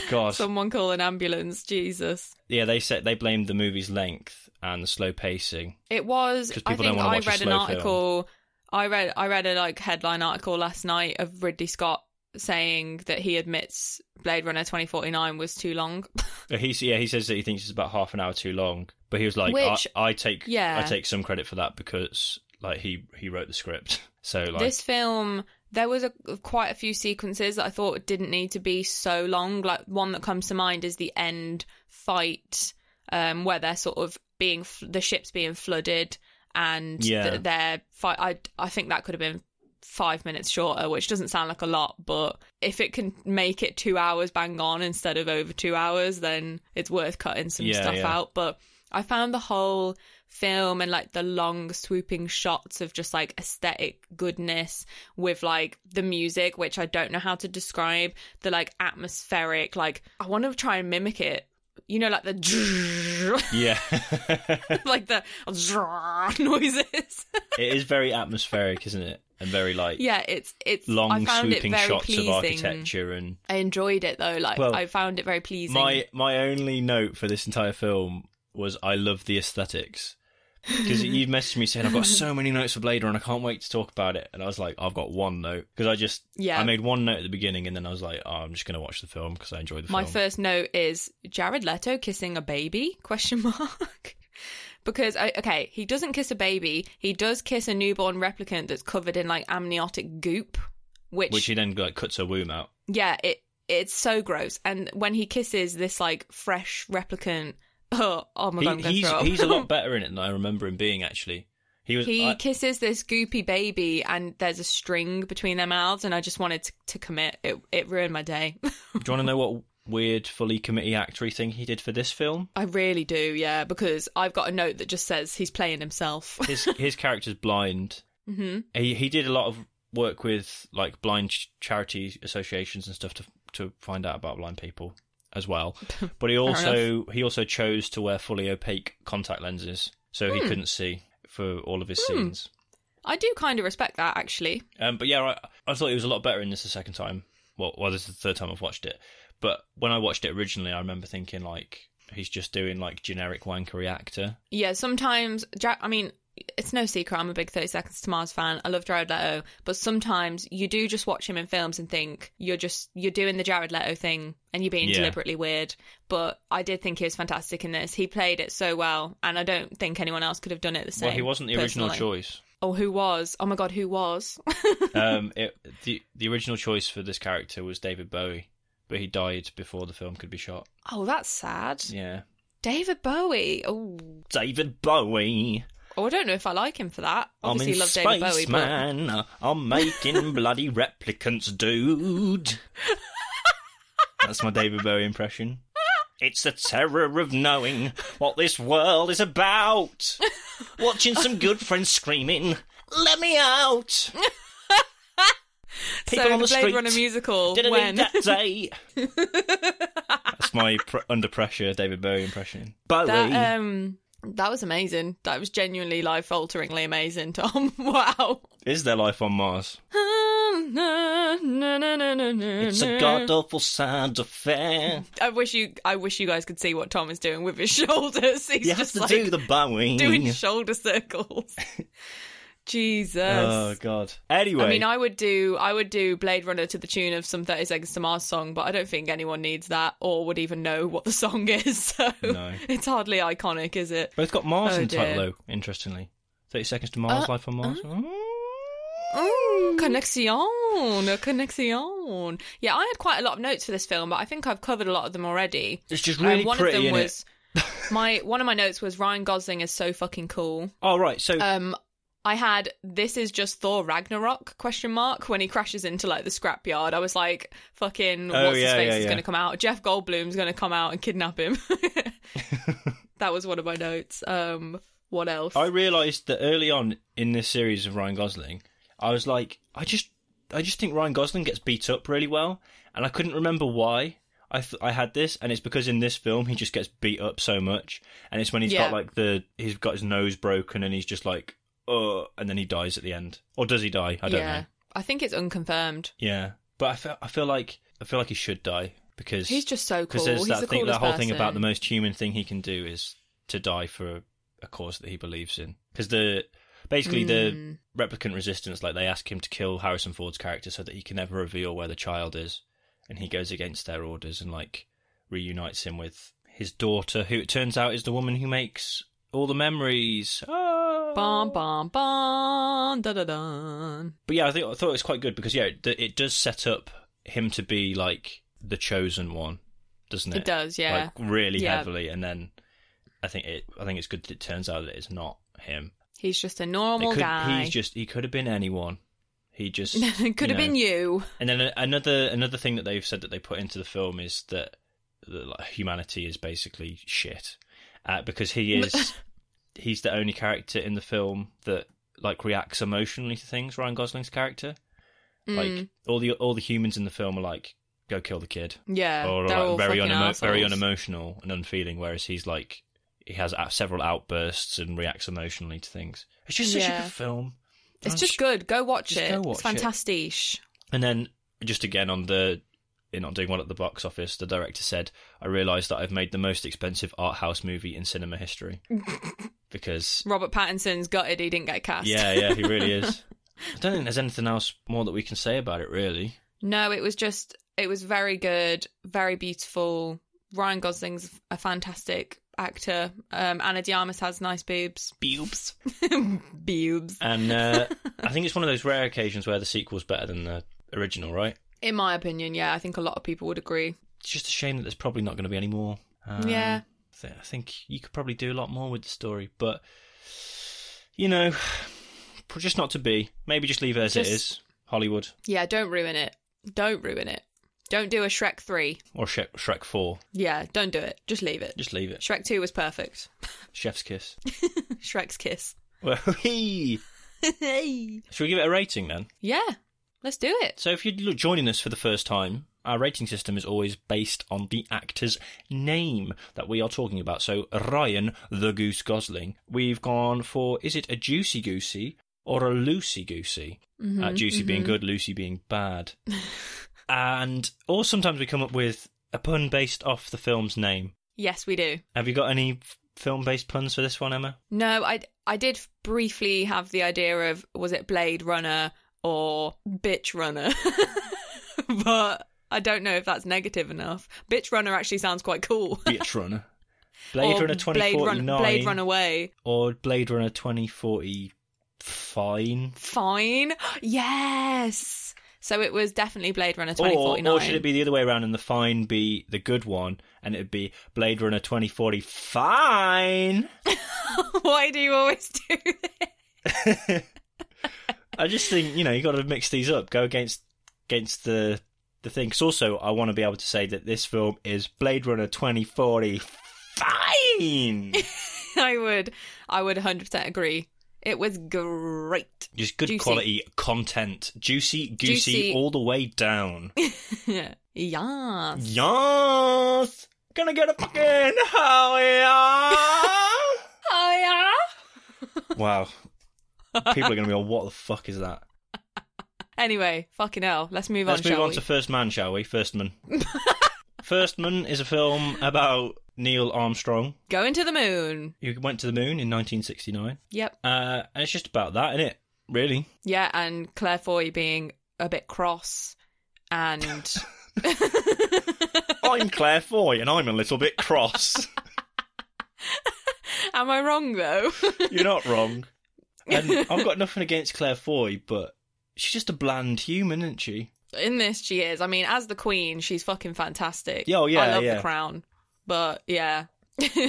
S3: God.
S2: Someone call an ambulance. Jesus.
S3: yeah, they said they blamed the movie's length and the slow pacing.
S2: It was.
S3: 'Cause
S2: I
S3: people don't
S2: think I
S3: wanna watch a
S2: read an
S3: slow
S2: article. I read. I read a like headline article last night of Ridley Scott saying that he admits Blade Runner 2049 was too long.
S3: Uh, He yeah he says that he thinks it's about half an hour too long, but he was like
S2: Which-
S3: I, I take
S2: yeah.
S3: I take some credit for that because like he he wrote the script, so like
S2: This film there was a quite a few sequences that I thought didn't need to be so long. Like one that comes to mind is the end fight, um, where they're sort of being f- the ship's being flooded and
S3: Yeah.
S2: th- they're fight. I I think that could have been five minutes shorter, which doesn't sound like a lot, but if it can make it two hours bang on instead of over two hours, then it's worth cutting some
S3: Yeah,
S2: stuff
S3: yeah.
S2: out. But I found the whole film and like the long swooping shots of just like aesthetic goodness with like the music, which I don't know how to describe, the like atmospheric, like I want to try and mimic it. You know, like the
S3: Yeah.
S2: like the noises.
S3: it is very atmospheric, isn't it? And very like
S2: yeah, it's it's I
S3: long
S2: found
S3: swooping
S2: it very
S3: shots
S2: pleasing.
S3: of architecture and
S2: I enjoyed it though. Like
S3: Well,
S2: I found it very pleasing.
S3: My my only note for this entire film was I love the aesthetics. Because you messaged me saying I've got so many notes for Blade Runner, I can't wait to talk about it. And I was like, I've got one note because I just
S2: Yeah.
S3: I made one note at the beginning, and then I was like, oh, I'm just going to watch the film because I enjoyed the
S2: My
S3: film.
S2: first note is Jared Leto kissing a baby? Question mark. because I, okay, he doesn't kiss a baby. He does kiss a newborn replicant that's covered in like amniotic goop, which,
S3: Which he then like cuts her womb out.
S2: yeah, it it's so gross. And when he kisses this like fresh replicant, oh, oh my
S3: He-
S2: god, I'm gonna
S3: he's
S2: throw up.
S3: he's a lot better in it than I remember him being. Actually, he was.
S2: He
S3: I-
S2: kisses this goopy baby, and there's a string between their mouths, and I just wanted to, to commit. It it ruined my day.
S3: do you want to know what weird, fully committee actory thing he did for this film?
S2: I really do, yeah, because I've got a note that just says he's playing himself.
S3: His his character's blind,
S2: hmm
S3: he he did a lot of work with like blind ch- charity associations and stuff to to find out about blind people as well. But he also he also chose to wear fully opaque contact lenses, so
S2: Hmm.
S3: he couldn't see for all of his scenes.
S2: I do kind of respect that, actually.
S3: Um, but yeah, I, I thought he was a lot better in this the second time. Well, well, this is the third time I've watched it. But when I watched it originally, I remember thinking like he's just doing like generic wankery actor.
S2: Yeah, sometimes, Ja- I mean, it's no secret I'm a big 30 Seconds to Mars fan. I love Jared Leto, but sometimes you do just watch him in films and think you're just you're doing the Jared Leto thing and you're being
S3: Yeah.
S2: deliberately weird. But I did think he was fantastic in this. He played it so well, and I don't think anyone else could have done it the same.
S3: well, he wasn't the original
S2: personally.
S3: choice.
S2: Oh, who was? Oh my god, who was?
S3: um, it, the the original choice for this character was David Bowie, but he died before the film could be shot.
S2: oh, that's sad.
S3: Yeah,
S2: David Bowie. Oh,
S3: David Bowie.
S2: Oh, I don't know if I like him for that. Obviously,
S3: I'm in
S2: love
S3: space,
S2: David Bowie, but
S3: man. I'm making bloody replicants, dude. That's my David Bowie impression. It's the terror of knowing what this world is about. Watching some good friends screaming, "Let me out!" People
S2: so
S3: on
S2: the Blade
S3: the street.
S2: Runner musical.
S3: Didn't
S2: when
S3: need that day. That's my pr- under pressure David Bowie impression. Bowie.
S2: that um that was amazing. That was genuinely life alteringly amazing, Tom. wow.
S3: is there life on Mars?
S2: It's Oh,
S3: It's a god awful sad affair.
S2: I wish you I wish you guys could see what Tom is doing with his shoulders. He's
S3: you have
S2: just
S3: to
S2: like
S3: do the Bowie.
S2: doing shoulder circles. Jesus.
S3: oh god. Anyway,
S2: I mean, I would do I would do Blade Runner to the tune of some Thirty Seconds to Mars song, but I don't think anyone needs that or would even know what the song is. So
S3: No.
S2: it's hardly iconic, is it?
S3: both got Mars
S2: Oh,
S3: in the
S2: dear.
S3: title
S2: Uh,
S3: though. Interestingly, Thirty Seconds to Mars, Life on Mars. Mm.
S2: Connexion, connexion. Yeah, I had quite a lot of notes for this film, but I think I've covered a lot of them already.
S3: It's just really
S2: Um, one
S3: pretty.
S2: of them
S3: innit?
S2: was my one of my notes was Ryan Gosling is so fucking cool.
S3: Oh right, so
S2: Um, I had this is just Thor Ragnarok question mark when he crashes into like the scrapyard. I was like, fucking,
S3: Oh,
S2: what's his
S3: yeah,
S2: face
S3: yeah,
S2: is
S3: yeah.
S2: going to come out? Jeff Goldblum's going to come out and kidnap him. that was one of my notes. Um, what else?
S3: I realised that early on in this series of Ryan Gosling, I was like, I just, I just think Ryan Gosling gets beat up really well, and I couldn't remember why. I th- I had this, and it's because in this film he just gets beat up so much, and it's when he's
S2: Yeah.
S3: got like the he's got his nose broken, and he's just like, oh, and then he dies at the end, or does he die? I don't
S2: yeah,
S3: know.
S2: I think it's unconfirmed.
S3: Yeah, but I feel I feel like I feel like he should die because
S2: He's just so
S3: because
S2: cool.
S3: there's
S2: He's
S3: that
S2: the
S3: thing,
S2: coolest
S3: that whole
S2: person.
S3: thing about the most human thing he can do is to die for a, a cause that he believes in. Because the basically
S2: Hmm.
S3: the replicant resistance, like they ask him to kill Harrison Ford's character so that he can never reveal where the child is, and he goes against their orders and like reunites him with his daughter, who it turns out is the woman who makes all the memories. Ah.
S2: Bom, bom, bom, da da da.
S3: But yeah, I think I thought it was quite good because yeah, it, it does set up him to be like the chosen one, doesn't it?
S2: It does, yeah.
S3: Like really
S2: Yeah.
S3: heavily, and then I think it. I think it's good that it turns out that it's not him.
S2: He's just a
S3: It
S2: normal
S3: could-
S2: guy.
S3: He's just. He could have been anyone. He just
S2: It could have
S3: know.
S2: been you.
S3: And then a- another another thing that they've said that they put into the film is that, that like, humanity is basically shit, uh, because he is he's the only character in the film that like reacts emotionally to things. Ryan Gosling's character,
S2: Mm,
S3: like all the all the humans in the film are like, go kill the kid,
S2: Yeah,
S3: or
S2: they're
S3: like,
S2: all
S3: very
S2: fucking
S3: unemo- very
S2: assholes.
S3: unemotional and unfeeling, whereas he's like he has out- several outbursts and reacts emotionally to things. It's just such a
S2: Yeah.
S3: good film.
S2: It's
S3: I'm
S2: just good. Go watch
S3: Just
S2: it.
S3: go watch
S2: it's
S3: it.
S2: fantastic.
S3: And then, just again on the it not doing well at the box office, the director said, "I realised that I've made the most expensive art house movie in cinema history because
S2: Robert Pattinson's gutted he didn't get cast.
S3: yeah, yeah, he really is." I don't think there's anything else more that we can say about it, really.
S2: No, it was just it was very good, very beautiful. Ryan Gosling's a fantastic actor. Um, Anna Diarmas has nice boobs. Boobs. boobs.
S3: And uh, I think it's one of those rare occasions where the sequel's better than the original, right?
S2: In my opinion, yeah, I think a lot of people would agree.
S3: It's just a shame that there's probably not going to be any more. Um,
S2: Yeah.
S3: I thi- I think you could probably do a lot more with the story, but you know, just not to be. Maybe just leave it as
S2: Just-
S3: it is. Hollywood.
S2: Yeah, don't ruin it. Don't ruin it. Don't do a Shrek 3.
S3: Or Shrek, Shrek 4.
S2: Yeah, don't do it. Just leave it.
S3: Just leave it.
S2: Shrek 2 was perfect.
S3: Chef's kiss.
S2: Shrek's kiss.
S3: Well, hee.
S2: yeah,
S3: Should we give it a rating then?
S2: let's do it.
S3: So, if you're lo- joining us for the first time, our rating system is always based on the actor's name that we are talking about. So, Ryan the Goose Gosling, we've gone for is it a juicy goosey or a loosey goosey?
S2: Mm-hmm,
S3: uh, juicy being good, loosey being bad. and, or sometimes we come up with a pun based off the film's name.
S2: Yes, we do.
S3: Have you got any film based puns for this one, Emma?
S2: No, I I did briefly have the idea of was it Blade Runner or Bitch Runner, but I don't know if that's negative enough. Bitch Runner actually sounds quite cool.
S3: Bitch Runner. Blade
S2: Or
S3: Runner
S2: Blade Run-
S3: 2049.
S2: Blade Runner Away.
S3: Or Blade Runner 2040. Fine.
S2: Fine. Yes. So it was definitely Blade Runner
S3: Or,
S2: 2049.
S3: or should it be the other way around and the fine be the good one and it'd be Blade Runner 2040 fine?
S2: Why do you always do this?
S3: I just think, you know, you got to mix these up. Go against against the the thing. 'Cause also, I want to be able to say that this film is Blade Runner 2040 fine.
S2: I would, I would 100% agree. It was great.
S3: just good
S2: Juicy.
S3: quality content. Juicy, goosey,
S2: Juicy.
S3: all the way down.
S2: yeah.
S3: Yes! Gonna get a fucking hell yeah!
S2: Oh yeah.
S3: wow. People are gonna be like, what the fuck is that?
S2: Anyway, fucking hell. Let's move
S3: Let's
S2: on.
S3: move
S2: shall
S3: on
S2: we?
S3: to First Man, shall we? First Man. First Man is a film about Neil Armstrong,
S2: Going to the moon.
S3: who went to the moon in 1969.
S2: Yep.
S3: Uh, and it's just about that, isn't it? Really?
S2: Yeah, and Claire Foy being a bit cross and
S3: I'm Claire Foy, and I'm a little bit cross.
S2: am I wrong though?
S3: You're not wrong. And I've got nothing against Claire Foy, but she's just a bland human, isn't she?
S2: In this she is. I mean, as the queen, she's fucking fantastic.
S3: Yeah, oh, yeah,
S2: I love
S3: yeah.
S2: the crown. But yeah.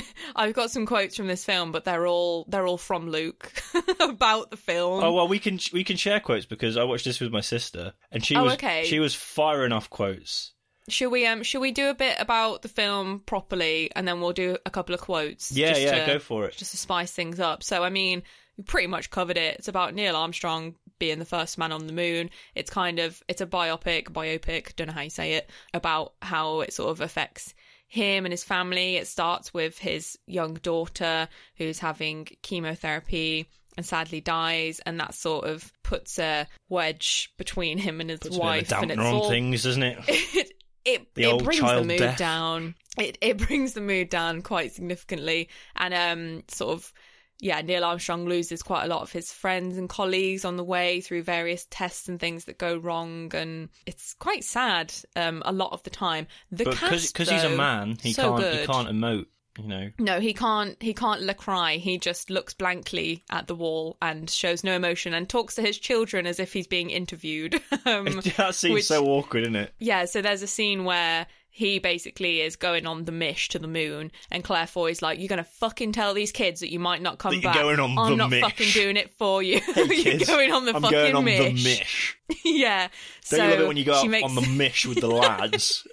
S2: I've got some quotes from this film, but they're all they're all from Luke about the film.
S3: Oh well, we can we can share quotes because I watched this with my sister, and she
S2: Oh,
S3: was
S2: okay.
S3: she was firing off quotes.
S2: Should we um should we do a bit about the film properly and then we'll do a couple of quotes?
S3: Yeah,
S2: just
S3: yeah,
S2: to-
S3: go for it.
S2: just to spice things up. So, I mean, we pretty much covered it. It's about Neil Armstrong being the first man on the moon. It's kind of it's a biopic, biopic, don't know how you say it, about how it sort of affects him and his family. It starts with his young daughter who's having chemotherapy and sadly dies and that sort of puts a wedge between him and his
S3: Puts a bit of a
S2: wife and it's
S3: dampener on
S2: all
S3: things, doesn't it?
S2: it it,
S3: The
S2: it
S3: old
S2: brings the
S3: child
S2: mood
S3: death.
S2: down. It it brings the mood down quite significantly, and um sort of yeah, Neil Armstrong loses quite a lot of his friends and colleagues on the way through various tests and things that go wrong, and it's quite sad um a lot of the time. The
S3: But
S2: cast
S3: because he's a
S2: though,
S3: man, he
S2: so
S3: can't
S2: good.
S3: he can't emote you know.
S2: No, he can't. He can't la cry. He just looks blankly at the wall and shows no emotion and talks to his children as if he's being interviewed. Um,
S3: that seems
S2: which-
S3: so awkward, isn't it?
S2: yeah, so there's a scene where he basically is going on the mish to the moon, and Claire Foy's like, "You're gonna fucking tell these kids that you might not come
S3: That you're
S2: back.
S3: going on
S2: I'm
S3: the
S2: not
S3: mish."
S2: fucking doing it for you. you're
S3: Kids,
S2: going on the
S3: I'm
S2: fucking
S3: going on
S2: mish.
S3: the mish.
S2: yeah.
S3: Don't
S2: so
S3: you love it when you go
S2: she
S3: out
S2: makes
S3: on the mish with the lads?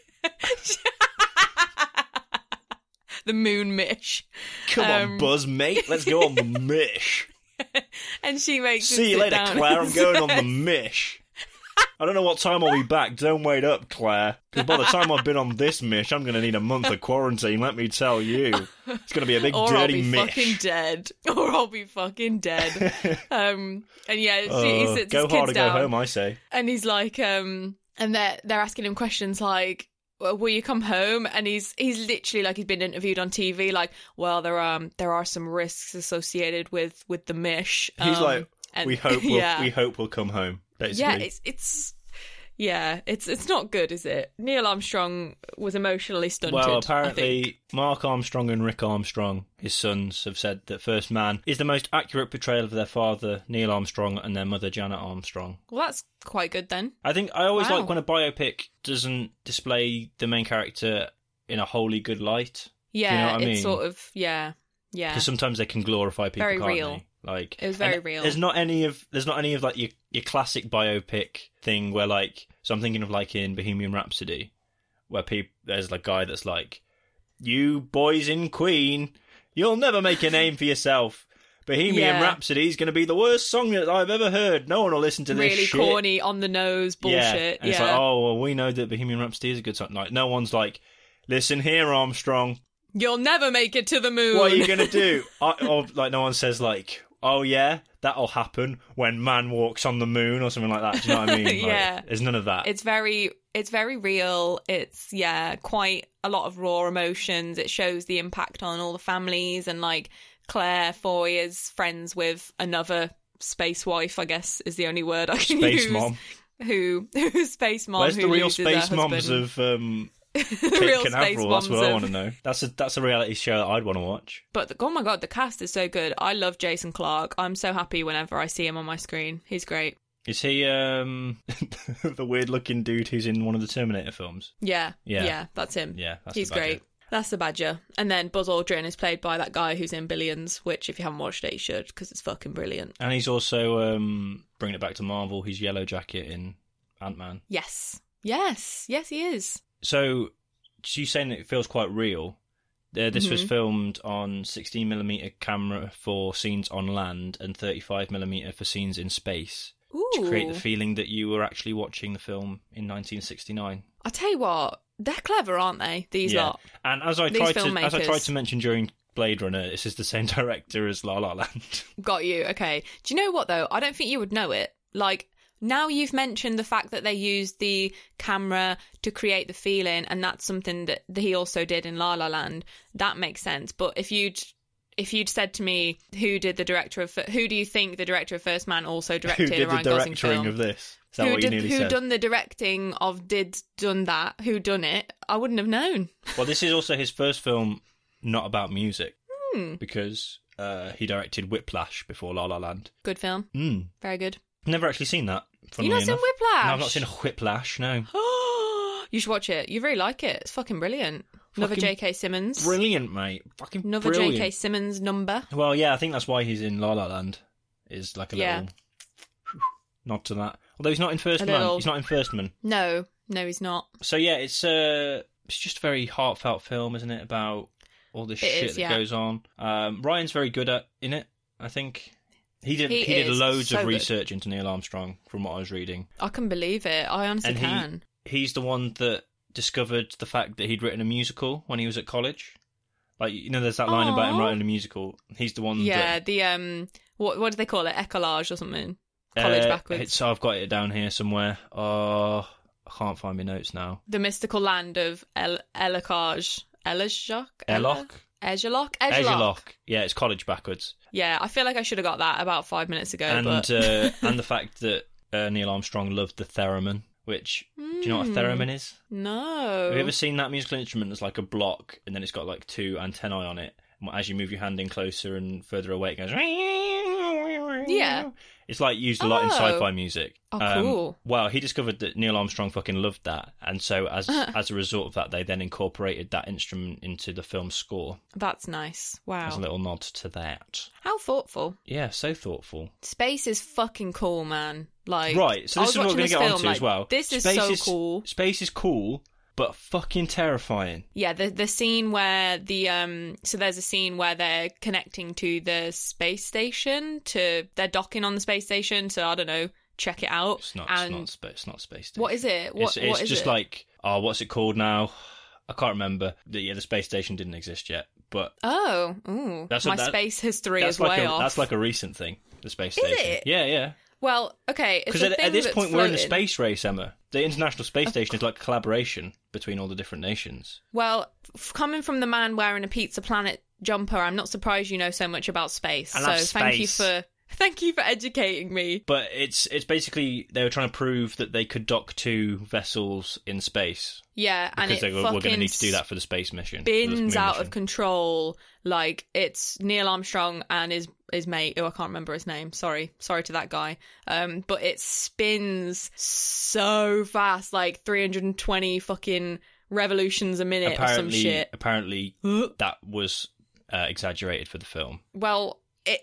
S2: the moon mish,
S3: Come
S2: Um,
S3: on, Buzz, mate. Let's go on the mish.
S2: and she makes. him
S3: See you
S2: sit
S3: later,
S2: down
S3: Claire.
S2: and
S3: I'm going on the mish. I don't know what time I'll be back. Don't wait up, Claire. Because by the time I've been on this mish, I'm going to need a month of quarantine, let me tell you. It's going to be a big,
S2: or I'll
S3: dirty
S2: be fucking
S3: mish.
S2: dead, or I'll be fucking dead. um, and yeah, she, he
S3: Uh,
S2: sits
S3: go
S2: his
S3: hard
S2: kids
S3: or go
S2: down,
S3: home, I say.
S2: and he's like, um, and they're they're asking him questions like. "Well, Will you come home? And he's he's literally like he's been interviewed on TV. Like, well, there um there are some risks associated with with the mish.
S3: He's
S2: um,
S3: like,
S2: and-
S3: we hope we'll,
S2: yeah.
S3: we hope we'll come home. Basically,
S2: Yeah, it's it's yeah, it's it's not good, is it? Neil Armstrong was emotionally stunted.
S3: Well,
S2: I think.
S3: apparently, Mark Armstrong and Rick Armstrong, his sons, have said that First Man is the most accurate portrayal of their father, Neil Armstrong, and their mother, Janet Armstrong.
S2: Well, that's quite good then.
S3: I think I always
S2: Wow.
S3: like when a biopic doesn't display the main character in a wholly good light.
S2: Yeah,
S3: know what I
S2: it's
S3: mean?
S2: sort of yeah, yeah.
S3: Because sometimes they can glorify people,
S2: Very
S3: can't
S2: real.
S3: they? Like
S2: It was very
S3: and
S2: real.
S3: There's not any of there's not any of like your your classic biopic thing where like so I'm thinking of like in Bohemian Rhapsody where people there's like a guy that's like you boys in Queen you'll never make a name for yourself. Bohemian
S2: Yeah.
S3: Rhapsody is going to be the worst song that I've ever heard. No one will listen to this
S2: really
S3: shit.
S2: corny, on the nose bullshit.
S3: Yeah. And
S2: Yeah,
S3: It's like, oh, well, we know that Bohemian Rhapsody is a good song. Like, no one's like, listen here, Armstrong,
S2: you'll never make it to the moon.
S3: what are you going to do? I, or, like, no one says, like, oh, yeah, that'll happen when man walks on the moon or something like that. Do you know what I mean? Like,
S2: Yeah.
S3: There's none of that.
S2: it's very, it's very real. It's yeah, quite a lot of raw emotions. It shows the impact on all the families and like Claire Foy is friends with another space wife. I guess is the only word I can
S3: Space
S2: use.
S3: mom.
S2: Who who's space mom?
S3: Where's
S2: who
S3: the real
S2: loses her
S3: space moms
S2: husband.
S3: of um,
S2: the
S3: Cape
S2: real space
S3: Canaveral?
S2: moms
S3: That's what I
S2: of-
S3: want to know. That's a that's a reality show that I'd want to watch.
S2: But the, oh my god, the cast is so good. I love Jason Clark. I'm so happy whenever I see him on my screen. He's great.
S3: Is he um, the weird looking dude who's in one of the Terminator films?
S2: Yeah,
S3: Yeah.
S2: yeah, that's him.
S3: Yeah, that's
S2: he's
S3: the Badger.
S2: great. That's the Badger. And then Buzz Aldrin is played by that guy who's in Billions, which if you haven't watched it, you should because it's fucking brilliant.
S3: And he's also um, bringing it back to Marvel. He's Yellow Jacket in Ant Man.
S2: Yes, yes, yes, he is.
S3: So she's saying that it feels quite real. Uh, this
S2: Mm-hmm.
S3: was filmed on 16mm camera for scenes on land and 35mm for scenes in space
S2: Ooh,
S3: to create the feeling that you were actually watching the film in 1969.
S2: I tell you what, they're clever, aren't they? These lot.
S3: And as I
S2: These
S3: tried to as I
S2: filmmakers.
S3: tried to mention during Blade Runner, this is the same director as La La Land.
S2: Got you. Okay. Do you know what though? I don't think you would know it. Like now you've mentioned the fact that they used the camera to create the feeling, and that's something that that he also did in La La Land. That makes sense. But if you'd if you'd said to me who did the director of who do you think the director of First Man also
S3: Who
S2: directed a
S3: did the
S2: Ryan Gosling film?
S3: directoring of this? Is that
S2: who
S3: what
S2: did,
S3: you nearly
S2: who
S3: said?
S2: done the directing of did done that? Who done it? I wouldn't have known.
S3: Well, this is also his first film not about music
S2: Hmm.
S3: because uh, he directed Whiplash before La La Land.
S2: Good film,
S3: Mm.
S2: very good.
S3: Never actually seen that.
S2: You've not
S3: funnily
S2: seen
S3: enough.
S2: Whiplash?
S3: No, I've not seen Whiplash. No,
S2: you should watch it. You really like it. It's fucking brilliant. Another
S3: Fucking
S2: J.K. Simmons.
S3: brilliant, mate. Fucking
S2: Another
S3: brilliant.
S2: J.K. Simmons number.
S3: Well, yeah, I think that's why he's in La La Land. Is like a
S2: Yeah.
S3: little nod to that. Although he's not in First
S2: A
S3: Man.
S2: little-
S3: He's not in First Man.
S2: No, no, he's not.
S3: So yeah, it's uh, it's just a very heartfelt film, isn't it? About all this
S2: It
S3: shit
S2: is,
S3: that
S2: yeah.
S3: goes on. Um, Ryan's very good at in it. I think he did. He,
S2: He
S3: did
S2: is
S3: loads
S2: so
S3: of
S2: good.
S3: research into Neil Armstrong, from what I was reading.
S2: I can believe it. I honestly
S3: And he-
S2: can.
S3: He's the one that discovered the fact that he'd written a musical when he was at college. Like you know, there's that line about him
S2: Aw.
S3: writing a musical. He's the one.
S2: yeah,
S3: that,
S2: the um, what what do they call it? Ecolage or something? College
S3: uh,
S2: backwards.
S3: it's- I've got it down here somewhere. Oh, I can't find my notes now.
S2: The mystical land of El Elocage. Elishok?
S3: Eloch.
S2: Egelok?
S3: Egeloch. Yeah, it's college backwards.
S2: Yeah, I feel like I should have got that about five minutes ago.
S3: and
S2: Oh, but...
S3: uh, and the fact that uh, Neil Armstrong uh, loved the theremin, which do you know what
S2: Hmm.
S3: a theremin is?
S2: No.
S3: Have you ever seen that musical instrument that's like a block and then it's got like two antennae on it? And as you move your hand in closer and further away, it goes.
S2: Yeah.
S3: It's like used a lot in
S2: Oh.
S3: sci fi music. Um,
S2: Oh, cool.
S3: Well, he discovered that Neil Armstrong fucking loved that. And so, as as a result of that, they then incorporated that instrument into the film's score
S2: That's nice.
S3: as a
S2: Wow.
S3: little nod to that.
S2: How thoughtful.
S3: Yeah, so thoughtful.
S2: Space is fucking cool, man. Like
S3: right, so
S2: I
S3: this
S2: was
S3: is what we're
S2: watching
S3: going to
S2: this
S3: get
S2: film,
S3: onto
S2: like,
S3: as well.
S2: This is
S3: Space
S2: so cool.
S3: Space is cool, but fucking terrifying.
S2: Yeah, the the scene where the um so there's a scene where they're connecting to the space station to they're docking on the space station, so I don't know, check it out.
S3: It's not.
S2: and
S3: it's not. spa- It's not space. Station.
S2: what is it? What
S3: It's, it's
S2: what is
S3: just
S2: it?
S3: like oh, what's it called now? I can't remember. The, yeah, the space station didn't exist yet, but
S2: Oh, ooh.
S3: That's
S2: my
S3: what that-
S2: space history
S3: that's
S2: is
S3: like
S2: way
S3: a,
S2: off.
S3: that's like a recent thing. The space
S2: Is
S3: station.
S2: it?
S3: Yeah, yeah.
S2: well, okay, it's
S3: Because
S2: a
S3: at, at
S2: thing
S3: this
S2: that's
S3: point we're in a
S2: floated.
S3: space race, Emma. The International Space Station is like a collaboration between all the different nations.
S2: Well, f- coming from the man wearing a Pizza Planet jumper, I'm not surprised you know so much about space.
S3: I
S2: so
S3: love
S2: thank you
S3: space.
S2: for thank you for educating me.
S3: But it's it's basically they were trying to prove that they could dock two vessels in space
S2: Yeah, and
S3: because
S2: it
S3: they were, were
S2: fucking
S3: going to need to do that for the space mission. for the moon
S2: spins out of
S3: mission.
S2: control. Like it's Neil Armstrong and his his mate. Oh, I can't remember his name. Sorry, sorry to that guy. Um, but it spins so fast, like 320 fucking revolutions a minute or some
S3: apparently,
S2: shit.
S3: apparently that was uh, exaggerated for the film.
S2: Well, it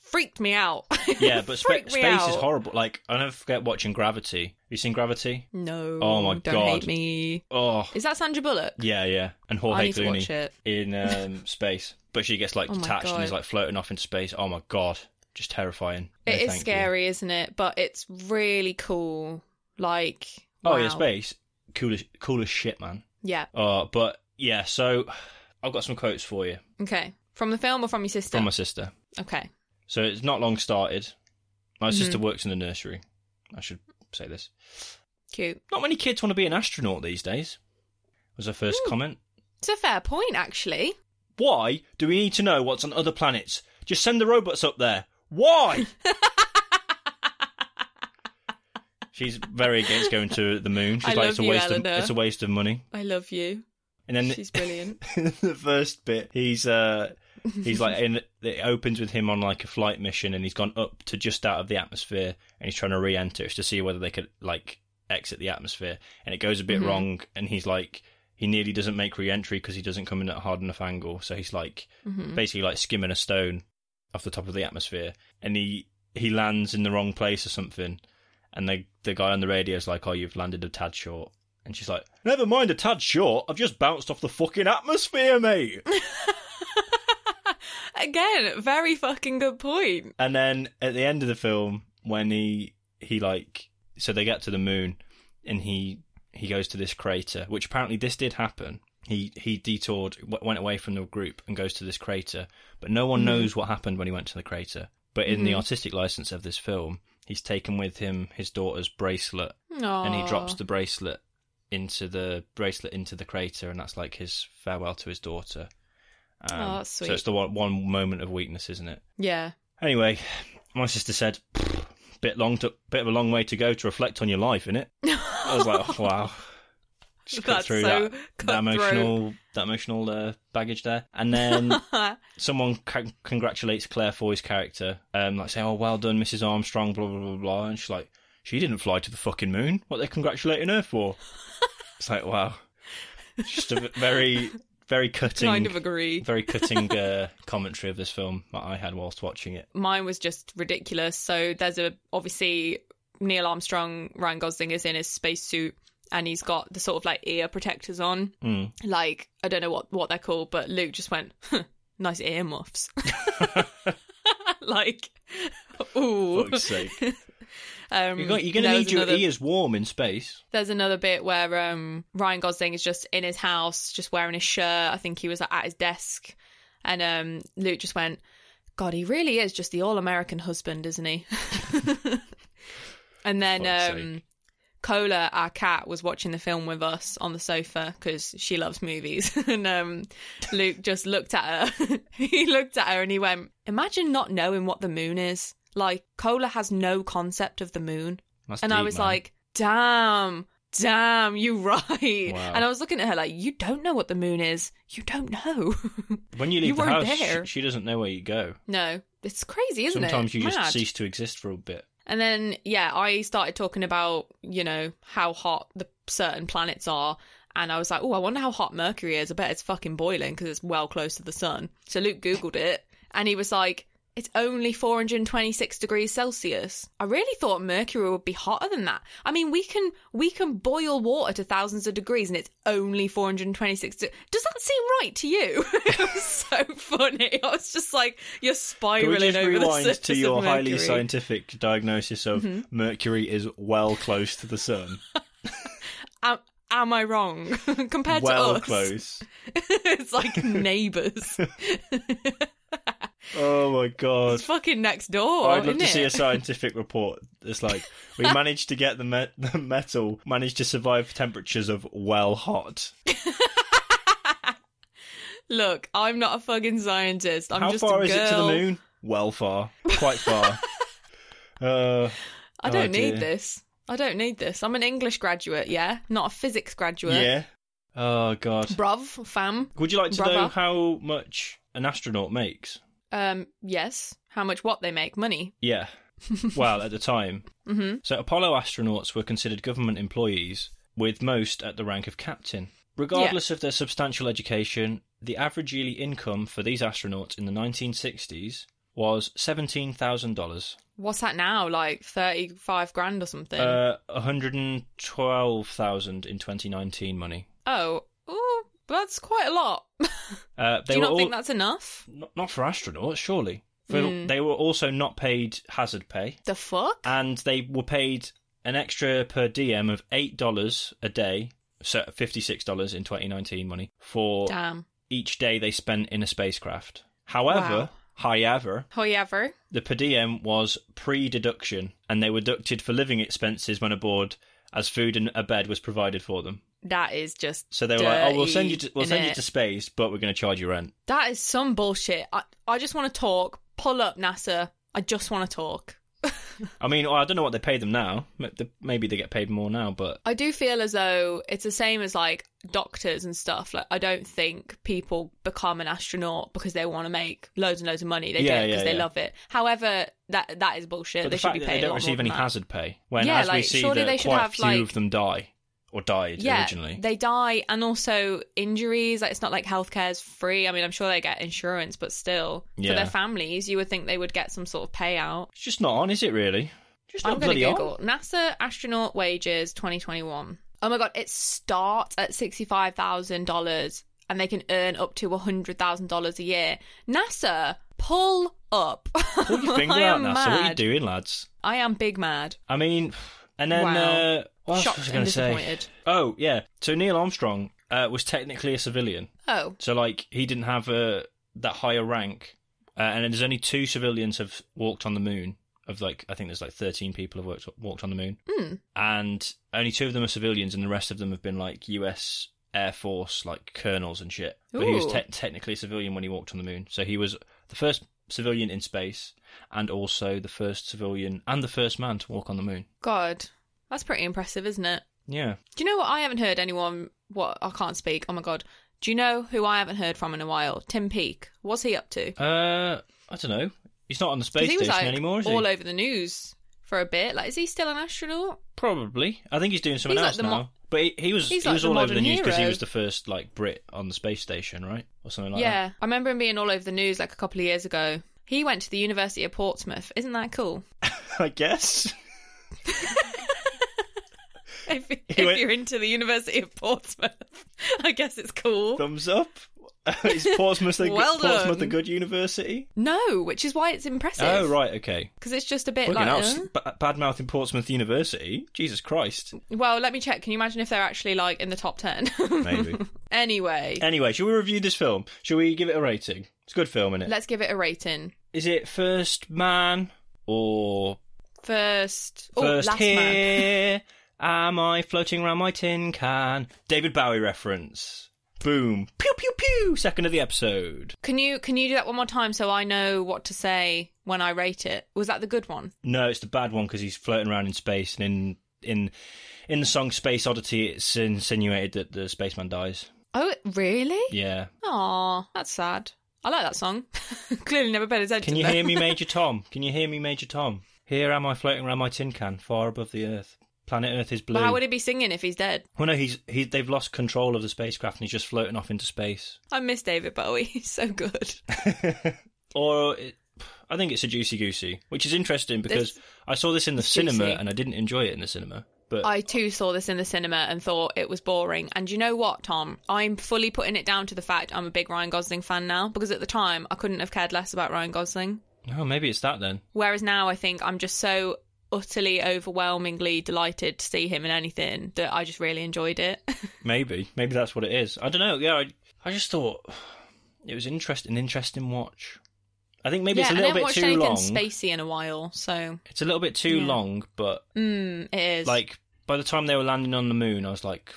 S2: freaked me out.
S3: Yeah, but spa-
S2: Freaked
S3: space
S2: me
S3: is
S2: out.
S3: horrible. Like I never forget watching Gravity. Have you seen Gravity?
S2: No.
S3: Oh my
S2: don't
S3: God.
S2: hate me.
S3: Oh,
S2: Is that Sandra Bullock?
S3: yeah, yeah. And
S2: I
S3: Jorge
S2: need to watch
S3: Clooney
S2: it.
S3: in um, space, but she gets like
S2: Oh my
S3: detached and is
S2: God.
S3: like floating off into space. Oh my god, just terrifying. No,
S2: It is
S3: thank you.
S2: scary, isn't it? But it's really cool. Like
S3: Oh
S2: wow.
S3: yeah, space. Cool as, cool as shit, man.
S2: Yeah.
S3: Uh, but yeah, so I've got some quotes for you
S2: Okay. From the film or from your sister?
S3: from my sister.
S2: okay.
S3: So it's not long started. My
S2: Mm-hmm.
S3: sister works in the nursery. I should say this.
S2: Cute.
S3: Not many kids want to be an astronaut these days, was her first comment.
S2: It's a fair point, actually.
S3: Why do we need to know what's on other planets? Just send the robots up there. Why? She's very against going to the moon.
S2: I
S3: She's like,
S2: love
S3: it's a,
S2: you,
S3: waste of,
S2: Eleanor.
S3: it's a waste of money.
S2: I love you.
S3: And then
S2: She's brilliant.
S3: the first bit, he's uh, he's like, in, it opens with him on like a flight mission, and he's gone up to just out of the atmosphere, and he's trying to re-enter it's to see whether they could like exit the atmosphere, and it goes a
S2: Mm-hmm.
S3: bit wrong, and he's like, he nearly doesn't make re-entry because he doesn't come in at a hard enough angle, so he's like,
S2: Mm-hmm.
S3: basically like skimming a stone off the top of the atmosphere, and he he lands in the wrong place or something, and the the guy on the radio is like, "Oh, you've landed a tad short." And she's like, "Never mind a tad short. I've just bounced off the fucking atmosphere, mate."
S2: Again, very fucking good point.
S3: and then at the end of the film, when he he like, so they get to the moon, and he he goes to this crater, which apparently this did happen. He he detoured, w- went away from the group, and goes to this crater, but no
S2: Hmm.
S3: one knows what happened when he went to the crater. But in the artistic license of this film, he's taken with him his daughter's bracelet and he drops
S2: Aw.
S3: the bracelet into the bracelet into the crater, and that's like his farewell to his daughter. Um,
S2: Oh, that's
S3: So
S2: sweet.
S3: it's the one, one moment of weakness, isn't it?
S2: Yeah.
S3: Anyway, my sister said, "Pfft, "Bit long, to, bit of a long way to go to reflect on your life, innit?" I was like, "Oh, "Wow." Just cut
S2: That's
S3: through
S2: so
S3: that, that emotional, that emotional uh, baggage there, and then someone c- congratulates Claire Foy's character, um, like saying, "Oh, well done, Mrs. Armstrong," blah blah blah blah, and she's like, "She didn't fly to the fucking moon. What they're congratulating her for?" it's like, wow, just a v- very, very cutting,
S2: kind of agree.
S3: very cutting uh, commentary of this film that I had whilst watching it.
S2: mine was just ridiculous. So there's a obviously Neil Armstrong, Ryan Gosling is in his spacesuit and he's got the sort of like ear protectors on.
S3: Mm.
S2: Like I don't know what what they're called, but Luke just went, huh, nice ear muffs. like, ooh.
S3: Fuck's sake.
S2: Um,
S3: You're, go- you're gonna
S2: there
S3: need
S2: was
S3: your
S2: another-
S3: ears warm in space.
S2: there's another bit where um, Ryan Gosling is just in his house, just wearing his shirt. I think he was like, at his desk, and um, Luke just went, "God, he really is just the all-American husband, isn't he?" and then
S3: Fuck's
S2: um,
S3: sake.
S2: Cola, our cat, was watching the film with us on the sofa because she loves movies, and um, Luke just looked at her. he looked at her and he went, "Imagine not knowing what the moon is." Like Cola has no concept of the moon
S3: That's
S2: and I
S3: deep,
S2: was
S3: man.
S2: like, damn, damn, you right.
S3: Wow.
S2: And I was looking at her like, you don't know what the moon is. You don't know.
S3: When you
S2: You
S3: leave the
S2: weren't
S3: house, sh-
S2: there.
S3: she doesn't know where you go.
S2: no, it's crazy, isn't
S3: Sometimes
S2: it?
S3: you just
S2: Mad.
S3: cease to exist for a bit.
S2: And then, yeah, I started talking about, you know, how hot the certain planets are. And I was like, oh, I wonder how hot Mercury is. I bet it's fucking boiling because it's well close to the sun. So Luke Googled it and he was like, it's only 426 degrees Celsius. I really thought Mercury would be hotter than that. I mean, we can we can boil water to thousands of degrees and it's only 426. De- Does that seem right to you? it was so funny. I was just like, you're
S3: Can we
S2: spiraling
S3: just
S2: over the
S3: rewind
S2: surface
S3: to
S2: of
S3: your highly
S2: Mercury. Mm-hmm.
S3: scientific diagnosis of Mercury is well close to the sun?
S2: am, am I wrong? Compared
S3: well
S2: to us,
S3: close.
S2: it's like neighbours.
S3: Oh my god.
S2: it's fucking next door.
S3: I'd
S2: isn't
S3: love to see
S2: it?
S3: a scientific report. It's like we managed to get the, me- the metal managed to survive temperatures of well hot.
S2: Look, I'm not a fucking scientist. I'm
S3: How
S2: just
S3: far
S2: a
S3: is it to the
S2: girl.
S3: moon? Well far, quite far. uh,
S2: I don't
S3: Oh,
S2: need
S3: dear.
S2: this. I don't need this. I'm an English graduate, yeah, not a physics graduate.
S3: yeah. Oh god.
S2: Bruv, fam.
S3: Would you like to
S2: Brother.
S3: know how much an astronaut makes?
S2: Um, yes. How much what they make? Money.
S3: Yeah. well, at the time.
S2: Mm-hmm.
S3: So Apollo astronauts were considered government employees, with most at the rank of captain. Regardless of their substantial education, the average yearly income for these astronauts in the 1960s was $17,000.
S2: What's that now? Like thirty-five grand or something?
S3: Uh, 112,000 in 2019 money.
S2: oh, ooh, that's quite a lot.
S3: Uh,
S2: Do you
S3: were
S2: not think
S3: all-
S2: that's enough?
S3: not, not for astronauts, surely. For,
S2: Mm.
S3: They were also not paid hazard pay,
S2: The fuck?
S3: and they were paid an extra per diem of eight dollars a day, so fifty-six dollars in 2019 money for
S2: Damn.
S3: each day they spent in a spacecraft. However,
S2: Wow.
S3: however,
S2: However,
S3: the per diem was pre-deduction, and they were deducted for living expenses when aboard, as food and a bed was provided for them.
S2: that is just
S3: So they were like, "Oh, we'll send you,
S2: dirty,
S3: to, we'll send you
S2: innit?
S3: to space, but we're going to charge you rent."
S2: That is some bullshit. I, I just want to talk. Pull up NASA. I just want to talk.
S3: I mean, I don't know what they pay them now. M- th- Maybe they get paid more now, but
S2: I do feel as though it's the same as like doctors and stuff. Like I don't think people become an astronaut because they want to make loads and loads of money. They
S3: Yeah,
S2: do it because
S3: yeah,
S2: they
S3: yeah.
S2: love it. However, that that is bullshit.
S3: but
S2: they
S3: the
S2: should
S3: fact
S2: be
S3: that
S2: paid.
S3: they
S2: a lot
S3: don't receive
S2: more
S3: any
S2: than that.
S3: hazard pay, when
S2: Yeah,
S3: as we
S2: like,
S3: see
S2: surely
S3: that
S2: they should
S3: quite
S2: have,
S3: few
S2: like-
S3: of them die or died
S2: yeah,
S3: originally.
S2: They die and also injuries. Like, it's not like healthcare's free. I mean, I'm sure they get insurance, but still,
S3: Yeah.
S2: for their families, you would think they would get some sort of payout.
S3: It's just not on, is it really? Just not
S2: I'm going to
S3: bloody
S2: Google
S3: on.
S2: NASA astronaut wages 2021. Oh my god, it starts at $65,000 and they can earn up to $100,000 a year. NASA, pull up.
S3: Pull your finger
S2: I
S3: out,
S2: am
S3: NASA.
S2: mad.
S3: What are you doing, lads?
S2: I am big mad.
S3: I mean, and then
S2: Wow.
S3: uh, what else
S2: Shocked
S3: was I
S2: and
S3: going to say?
S2: disappointed.
S3: Oh yeah, so Neil Armstrong uh, was technically a civilian,
S2: Oh,
S3: so like he didn't have uh, that higher rank, uh, and there's only two civilians have walked on the moon. Of like, I think there's like 13 people have worked, walked on the moon.
S2: hmm.
S3: and only two of them are civilians, and the rest of them have been like U.S. Air Force like colonels and shit. But he was
S2: Ooh.
S3: te- technically a civilian when he walked on the moon, so he was the first civilian in space, and also the first civilian and the first man to walk on the moon.
S2: God. That's pretty impressive, isn't it?
S3: Yeah,
S2: Do you know what I haven't heard anyone? What I can't speak. Oh my god. Do you know who I haven't heard from in a while? Tim Peake. What's he up to?
S3: uh, I don't know. He's not on the
S2: 'Cause
S3: space
S2: he was
S3: station
S2: like
S3: anymore, is he?
S2: all over the news for a bit. Like, is he still an astronaut?
S3: Probably. I think he's doing something
S2: He's like
S3: else
S2: the
S3: now.
S2: mo-
S3: but he, he was he
S2: He's like
S3: was
S2: the
S3: all over the
S2: modern
S3: news because he
S2: hero.
S3: was the first like Brit on the space station, right, or something like that.
S2: yeah, I remember him being all over the news like a couple of years ago. He went to the University of Portsmouth. Isn't that cool?
S3: I guess.
S2: If, if
S3: went-
S2: you're into the University of Portsmouth, I guess it's cool.
S3: Thumbs up. Is Portsmouth a,
S2: Well
S3: good, Portsmouth a
S2: done.
S3: good university?
S2: No, which is why it's impressive.
S3: Oh right, okay.
S2: Because it's just a bit
S3: Fucking
S2: like.
S3: hell,
S2: uh?
S3: s- ba- bad mouth in Portsmouth University. Jesus Christ.
S2: Well, let me check. Can you imagine if they're actually like in the top ten?
S3: Maybe.
S2: anyway,
S3: anyway, shall we review this film? Shall we give it a rating? It's a good film, isn't it?
S2: let's give it a rating.
S3: Is it First Man or
S2: First, oh,
S3: First
S2: last man.
S3: Here? Am I floating around my tin can? David Bowie reference. Boom. Pew pew pew. Second of the episode.
S2: Can you can you do that one more time so I know what to say when I rate it? Was that the good one?
S3: No, it's the bad one because he's floating around in space and in in in the song Space Oddity, it's insinuated that the spaceman dies.
S2: Oh, really?
S3: Yeah.
S2: Aw, that's sad. I like that song. Clearly never paid attention.
S3: Can you
S2: though.
S3: hear me, Major Tom? Can you hear me, Major Tom? Here am I floating around my tin can, far above the Earth. Planet Earth is blue.
S2: But how would he be singing if he's dead?
S3: Well, no, he's he, they've lost control of the spacecraft and he's just floating off into space.
S2: I miss David Bowie. He's so good.
S3: Or it, I think it's a Juicy Goosey, which is interesting because
S2: This-
S3: I saw this in the
S2: it's
S3: cinema
S2: juicy.
S3: and I didn't enjoy it in the cinema. But
S2: I too saw this in the cinema and thought it was boring. And you know what, Tom? I'm fully putting it down to the fact I'm a big Ryan Gosling fan now because at the time I couldn't have cared less about Ryan Gosling.
S3: oh, maybe it's that then.
S2: Whereas now I think I'm just so utterly overwhelmingly delighted to see him in anything that I just really enjoyed it.
S3: Maybe, maybe that's what it is. I don't know. Yeah, I, I just thought it was interest an interesting watch. I think maybe
S2: yeah,
S3: it's a
S2: and I haven't
S3: little bit
S2: watched
S3: too
S2: anything
S3: long.
S2: spacey in a while, so
S3: It's a little bit too
S2: Yeah.
S3: long, but
S2: mm, it is.
S3: like by the time they were landing on the moon, I was like,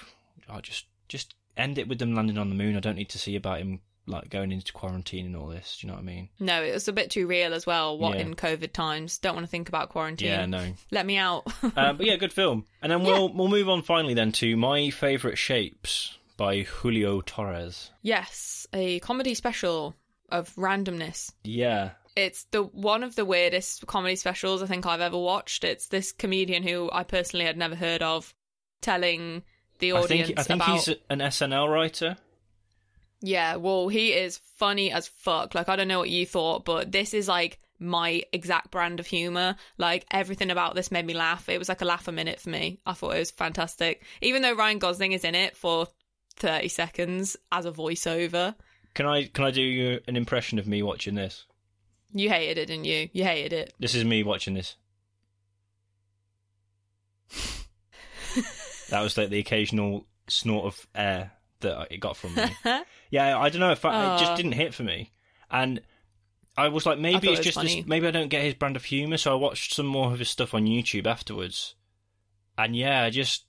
S3: I just just end it with them landing on the moon. I don't need to see about him like going into quarantine and all this. Do you know what I mean?
S2: no, it was a bit too real as well. What
S3: Yeah.
S2: in COVID times? Don't want to think about quarantine.
S3: Yeah, no.
S2: Let me out.
S3: Uh, but yeah, good film. And then we'll we'll move on finally then to my favorite shapes by Julio Torres.
S2: yes, a comedy special of randomness.
S3: Yeah,
S2: It's the one of the weirdest comedy specials I think I've ever watched. It's this comedian who I personally had never heard of telling the
S3: I
S2: audience
S3: think I think
S2: about
S3: he's a- an SNL writer.
S2: Yeah, well, he is funny as fuck. Like, I don't know what you thought, but this is like my exact brand of humor. Like, everything about this made me laugh. It was like a laugh a minute for me. I thought it was fantastic. Even though Ryan Gosling is in it for 30 seconds as a voiceover,
S3: Can I can I do you an impression of me watching this?
S2: you hated it, didn't you? You hated it.
S3: This is me watching this. that was like the occasional snort of air that I- it got from me. yeah, I don't know if I, it just
S2: Aw.
S3: didn't hit for me, and I was like, maybe
S2: thought it
S3: it's
S2: was
S3: just this,
S2: funny.
S3: maybe I don't get his brand of humor. So I watched some more of his stuff on YouTube afterwards, and yeah, I just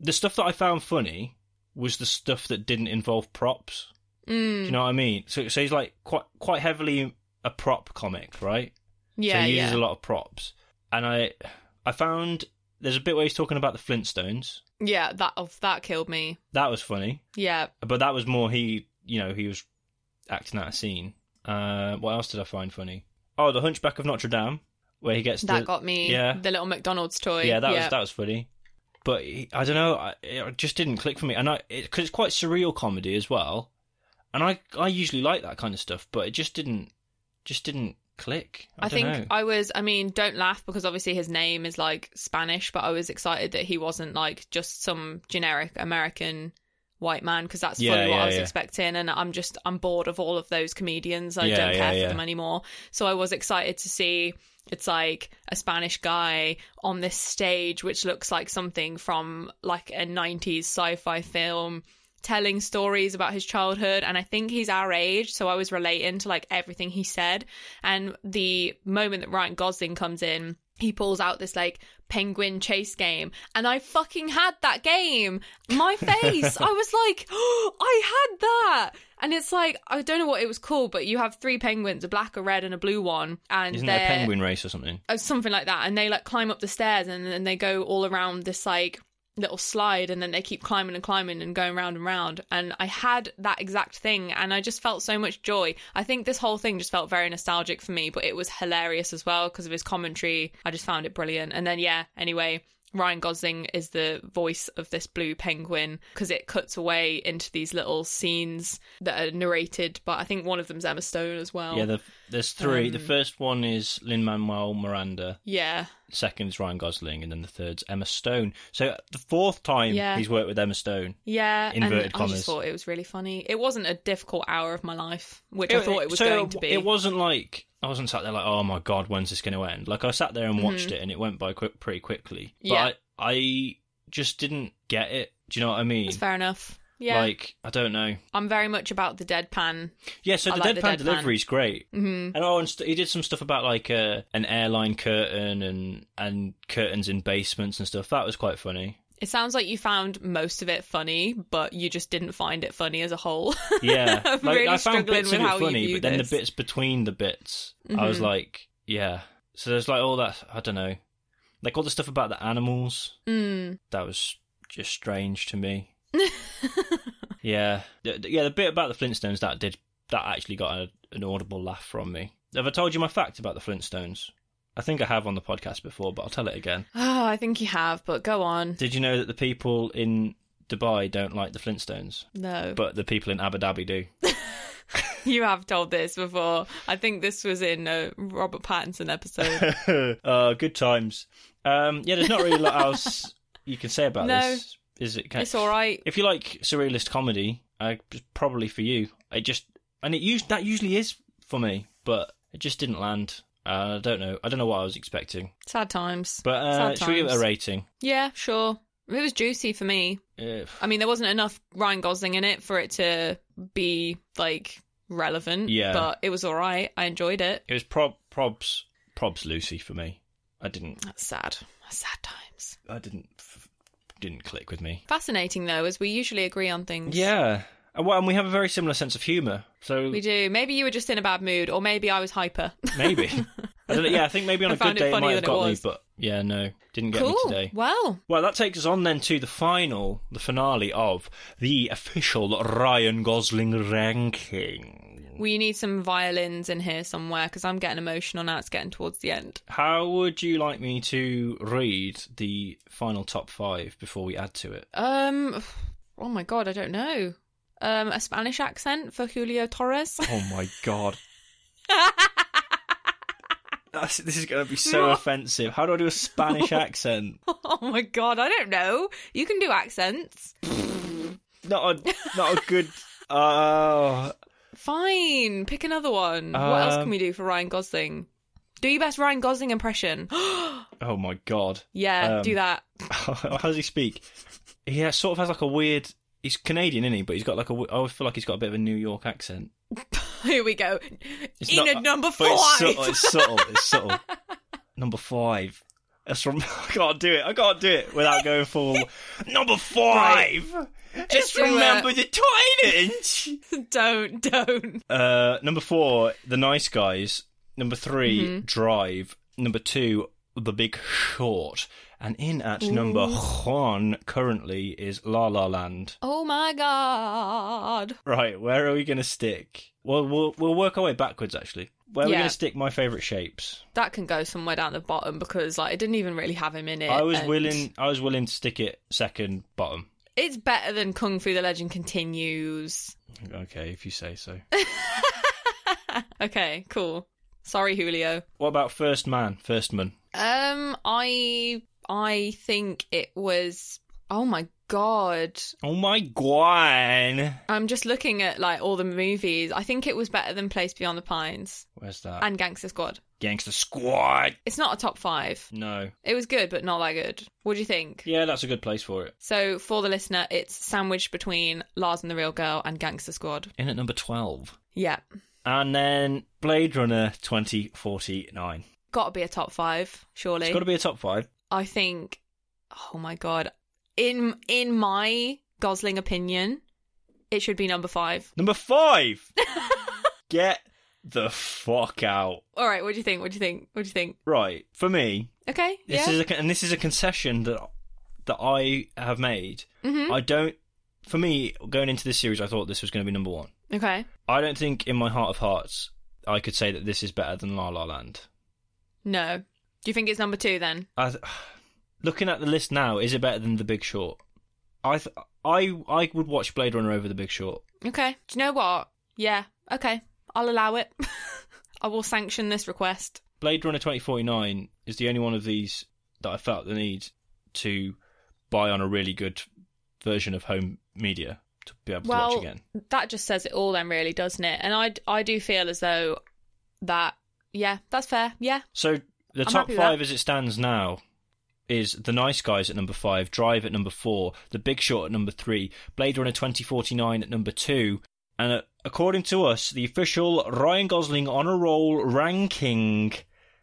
S3: the stuff that I found funny was the stuff that didn't involve props. Do
S2: Mm,
S3: you know what I mean? So, so he's like quite quite heavily a prop comic, right?
S2: yeah,
S3: so he uses
S2: yeah.
S3: a lot of props. And I I found there's a bit where he's talking about the Flintstones.
S2: Yeah, that, oh, that killed me.
S3: That was funny,
S2: Yeah.
S3: but that was more he you know he was acting out a scene. Uh, what else did I find funny? Oh, the Hunchback of Notre Dame, where he gets
S2: That
S3: the,
S2: got me.
S3: yeah.
S2: The little McDonald's toy.
S3: yeah that was that was funny. But he, I don't know, I, it just didn't click for me, and I because it's quite surreal comedy as well, and I I usually like that kind of stuff, but it just didn't just didn't click. I,
S2: I,
S3: don't
S2: think
S3: know.
S2: I was. I mean, don't laugh because obviously his name is like Spanish, but I was excited that he wasn't like just some generic American white man because that's
S3: Yeah,
S2: fully what
S3: yeah,
S2: I was
S3: yeah.
S2: expecting. And I'm just I'm bored of all of those comedians. I
S3: Yeah,
S2: don't
S3: yeah,
S2: care
S3: yeah.
S2: for them anymore. So I was excited to see it's like a Spanish guy on this stage, which looks like something from like a 90s sci fi film, telling stories about his childhood. And I think he's our age. So I was relating to like everything he said. And the moment that Ryan Gosling comes in, he pulls out this like penguin chase game. And I fucking had that game. My face. I was like, oh, I had that. And it's like, I don't know what it was called, but you have three penguins a black, a red, and a blue one. And
S3: Isn't there a
S2: they're-
S3: penguin race or something?
S2: or uh, something like that and they like climb up the stairs and then they go all around this like little slide and then they keep climbing and climbing and going round and round and i had that exact thing and i just felt so much joy i think this whole thing just felt very nostalgic for me but it was hilarious as well because of his commentary i just found it brilliant and then yeah anyway ryan gosling is the voice of this blue penguin because it cuts away into these little scenes that are narrated but i think one of them's emma stone as well
S3: Yeah, the, there's three. the
S2: Um,
S3: first one is Lin Manuel Miranda.
S2: yeah
S3: The second is Ryan Gosling, and then the third's Emma Stone. So the fourth time
S2: Yeah.
S3: he's worked with Emma Stone.
S2: Yeah,
S3: Inverted
S2: and I
S3: commas.
S2: just thought it was really funny. It wasn't a difficult hour of my life, which I thought it was
S3: so
S2: going to be.
S3: It wasn't like I wasn't sat there like, oh my god, when's this going to end? Like I sat there and watched it, and it went by quick, pretty quickly. But
S2: Mm-hmm. Yeah.
S3: I, I just didn't get it. Do you know what I mean?
S2: It's fair enough. Yeah,
S3: Like I don't know.
S2: I'm very much about the deadpan.
S3: Yeah, so
S2: I
S3: the
S2: like
S3: deadpan
S2: the deadpan.
S3: delivery's great.
S2: hmm
S3: And oh, and st- he did some stuff about like uh, an airline curtain and and curtains in basements and stuff. That was quite funny.
S2: It sounds like you found most of it funny, but you just didn't find it funny as a whole.
S3: Yeah,
S2: I'm
S3: like
S2: really
S3: I found
S2: struggling
S3: bits
S2: with
S3: of it
S2: how you
S3: funny,
S2: view
S3: but then the
S2: this. Mm-hmm.
S3: bits between the bits, I was like, yeah. So there's like all that. I don't know. Like all the stuff about the animals,
S2: Mm.
S3: that was just strange to me. yeah, The- the- yeah. The bit about the Flintstones that did that actually got a, an audible laugh from me. Have I told you my fact about the Flintstones? I think I have on the podcast before, but I'll tell it again.
S2: Oh, I think you have, but go on.
S3: Did you know that the people in Dubai don't like the Flintstones,
S2: No.
S3: but the people in Abu Dhabi do?
S2: You have told this before. I think this was in a Robert Pattinson episode.
S3: uh, good times. Um, yeah, there's not really a lot else you can say about
S2: No.
S3: this. Is it? Can-
S2: it's all right.
S3: If you like surrealist comedy, I, it's probably for you. I just and it used that usually is for me, but it just didn't land. Uh, I don't know. I don't know what I was expecting.
S2: Sad times.
S3: But uh,
S2: Sad
S3: should we give it a
S2: times.
S3: rating?
S2: Yeah, sure. It was juicy for me.
S3: Uh,
S2: I mean, there wasn't enough Ryan Gosling in it for it to be like relevant.
S3: Yeah.
S2: But it was all right. I enjoyed it.
S3: it was prob probs probs Lucy for me. I didn't.
S2: That's sad. That's sad times.
S3: I didn't. f- Didn't click with me.
S2: Fascinating though, as we usually agree on things.
S3: Yeah. And well, and we have a very similar sense of humour. So
S2: We do. Maybe you were just in a bad mood, or maybe I was hyper.
S3: Maybe. I don't know. Yeah, I think maybe on
S2: I
S3: a good
S2: found it
S3: day it
S2: funnier
S3: might have
S2: than it
S3: got me,
S2: was.
S3: but yeah, no, didn't get
S2: cool.
S3: me today.
S2: Well,
S3: Well, that takes us on then to the final, the finale of the official Ryan Gosling ranking.
S2: we need some violins in here somewhere because I'm getting emotional now. It's getting towards the end.
S3: How would you like me to read the final top five before we add to it?
S2: Um, oh my god, I don't know. Um, a Spanish accent for Julio Torres.
S3: Oh my god. That's, this is going to be so offensive. How do I do a Spanish accent?
S2: oh my god, I don't know. You can do accents.
S3: Not a, not a good. Oh,
S2: Fine, pick another one. what else
S3: Um,
S2: can we do for Ryan Gosling? Do your best Ryan Gosling impression.
S3: oh my god.
S2: yeah,
S3: Um,
S2: do that.
S3: How does he speak? He has, sort of has like a weird. He's Canadian, isn't he? But he's got like a. w- I always feel like he's got a bit of a New York accent.
S2: Here we go.
S3: It's
S2: In
S3: not-
S2: at number five.
S3: But it's subtle. It's subtle. It's subtle. Number five. That's from. I can't do it. I can't do it without going full. Number five. Just
S2: Just do
S3: remember the trident.
S2: don't, don't.
S3: Uh, number four, The Nice Guys. Number 3
S2: Mm-hmm.
S3: Drive. Number two, The Big Short. And in at number one currently is La La Land.
S2: Oh my god.
S3: Right, where are we going to stick? Well, we'll we'll work our way backwards actually. Where are we
S2: Yeah.
S3: going to stick my favorite shapes?
S2: That can go somewhere down the bottom because like it didn't even really have him in it.
S3: I was
S2: and
S3: willing I was willing to stick it second bottom.
S2: It's better than Kung Fu: The Legend Continues.
S3: Okay, if you say so.
S2: Okay, cool. Sorry, Julio.
S3: what about first man, first man?
S2: Um, I I think it was. Oh my god!
S3: Oh my god.
S2: I'm just looking at like all the movies. I think it was better than Place Beyond the Pines
S3: Where's that?
S2: and Gangster Squad.
S3: Gangster Squad.
S2: It's not a top five.
S3: No.
S2: It was good, but not that good. What do you think?
S3: Yeah, that's a good place for it.
S2: So for the listener, it's sandwiched between Lars and the Real Girl and Gangster Squad.
S3: In at number 12.
S2: Yeah,
S3: And then Blade Runner 2049.
S2: got to be a top five, surely.
S3: It's got to be a top 5.
S2: I think. Oh my god! In in my Gosling opinion, it should be number five.
S3: Number 5. Get the fuck out.
S2: All right, what do you think? What do you think? What do you think?
S3: Right, for me,
S2: Okay,
S3: this
S2: yeah.
S3: is a, con- and this is a concession that that I have made. I don't. For me, going into this series, I thought this was going to be number one.
S2: okay.
S3: I don't think, in my heart of hearts, I could say that this is better than La La Land.
S2: No. Do you think it's number two then?
S3: I th- looking at the list now, is it better than The Big Short? I th- I I would watch Blade Runner over The Big Short.
S2: Okay. Do you know what? Yeah. Okay. I'll allow it. I will sanction this request.
S3: Blade Runner 2049 is the only one of these that I felt the need to buy on a really good version of home media to be able to
S2: well,
S3: watch again.
S2: that just says it all then, really, doesn't it? And I, I do feel as though that, yeah, that's fair. Yeah.
S3: So the
S2: I'm
S3: top
S2: happy with
S3: five
S2: that.
S3: as it stands now is The Nice Guys at number five, Drive at number four, The Big Short at number three, Blade Runner 2049 at number two, and uh, according to us, the official Ryan Gosling on a roll ranking,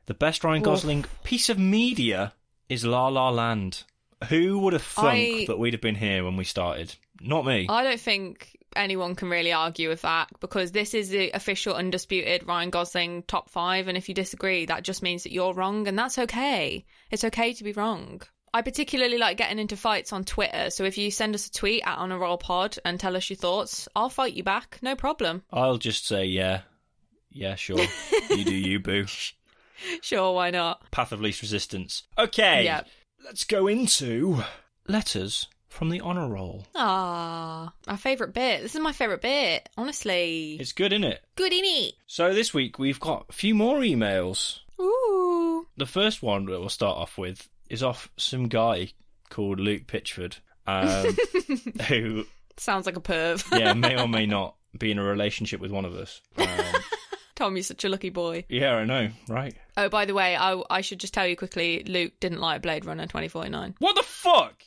S3: the best Ryan
S2: Woof.
S3: Gosling piece of media is La La Land. Who would have thunk
S2: I-
S3: that we'd have been here when we started? Not me.
S2: I don't think anyone can really argue with that because this is the official undisputed Ryan Gosling top five. And if you disagree, that just means that you're wrong, and that's okay. It's okay to be wrong. I particularly like getting into fights on Twitter. So if you send us a tweet at On a Roll Pod and tell us your thoughts, I'll fight you back. No problem.
S3: I'll just say, yeah. Yeah, sure. you do you, boo.
S2: Sure, why not?
S3: Path of least resistance. Okay.
S2: Yeah.
S3: Let's go into letters from the honor roll.
S2: Ah, my favourite bit. This is my favourite bit, honestly.
S3: It's good, isn't it?
S2: good in it.
S3: So this week we've got a few more emails.
S2: Ooh.
S3: The first one that we'll start off with is off some guy called Luke Pitchford, um, who
S2: Sounds like a perv.
S3: yeah may or may not be in a relationship with one of us. Um,
S2: Tom, you're such a lucky boy.
S3: yeah, I know, right?
S2: Oh, by the way, I, I should just tell you quickly Luke didn't like Blade Runner 2049.
S3: What the fuck?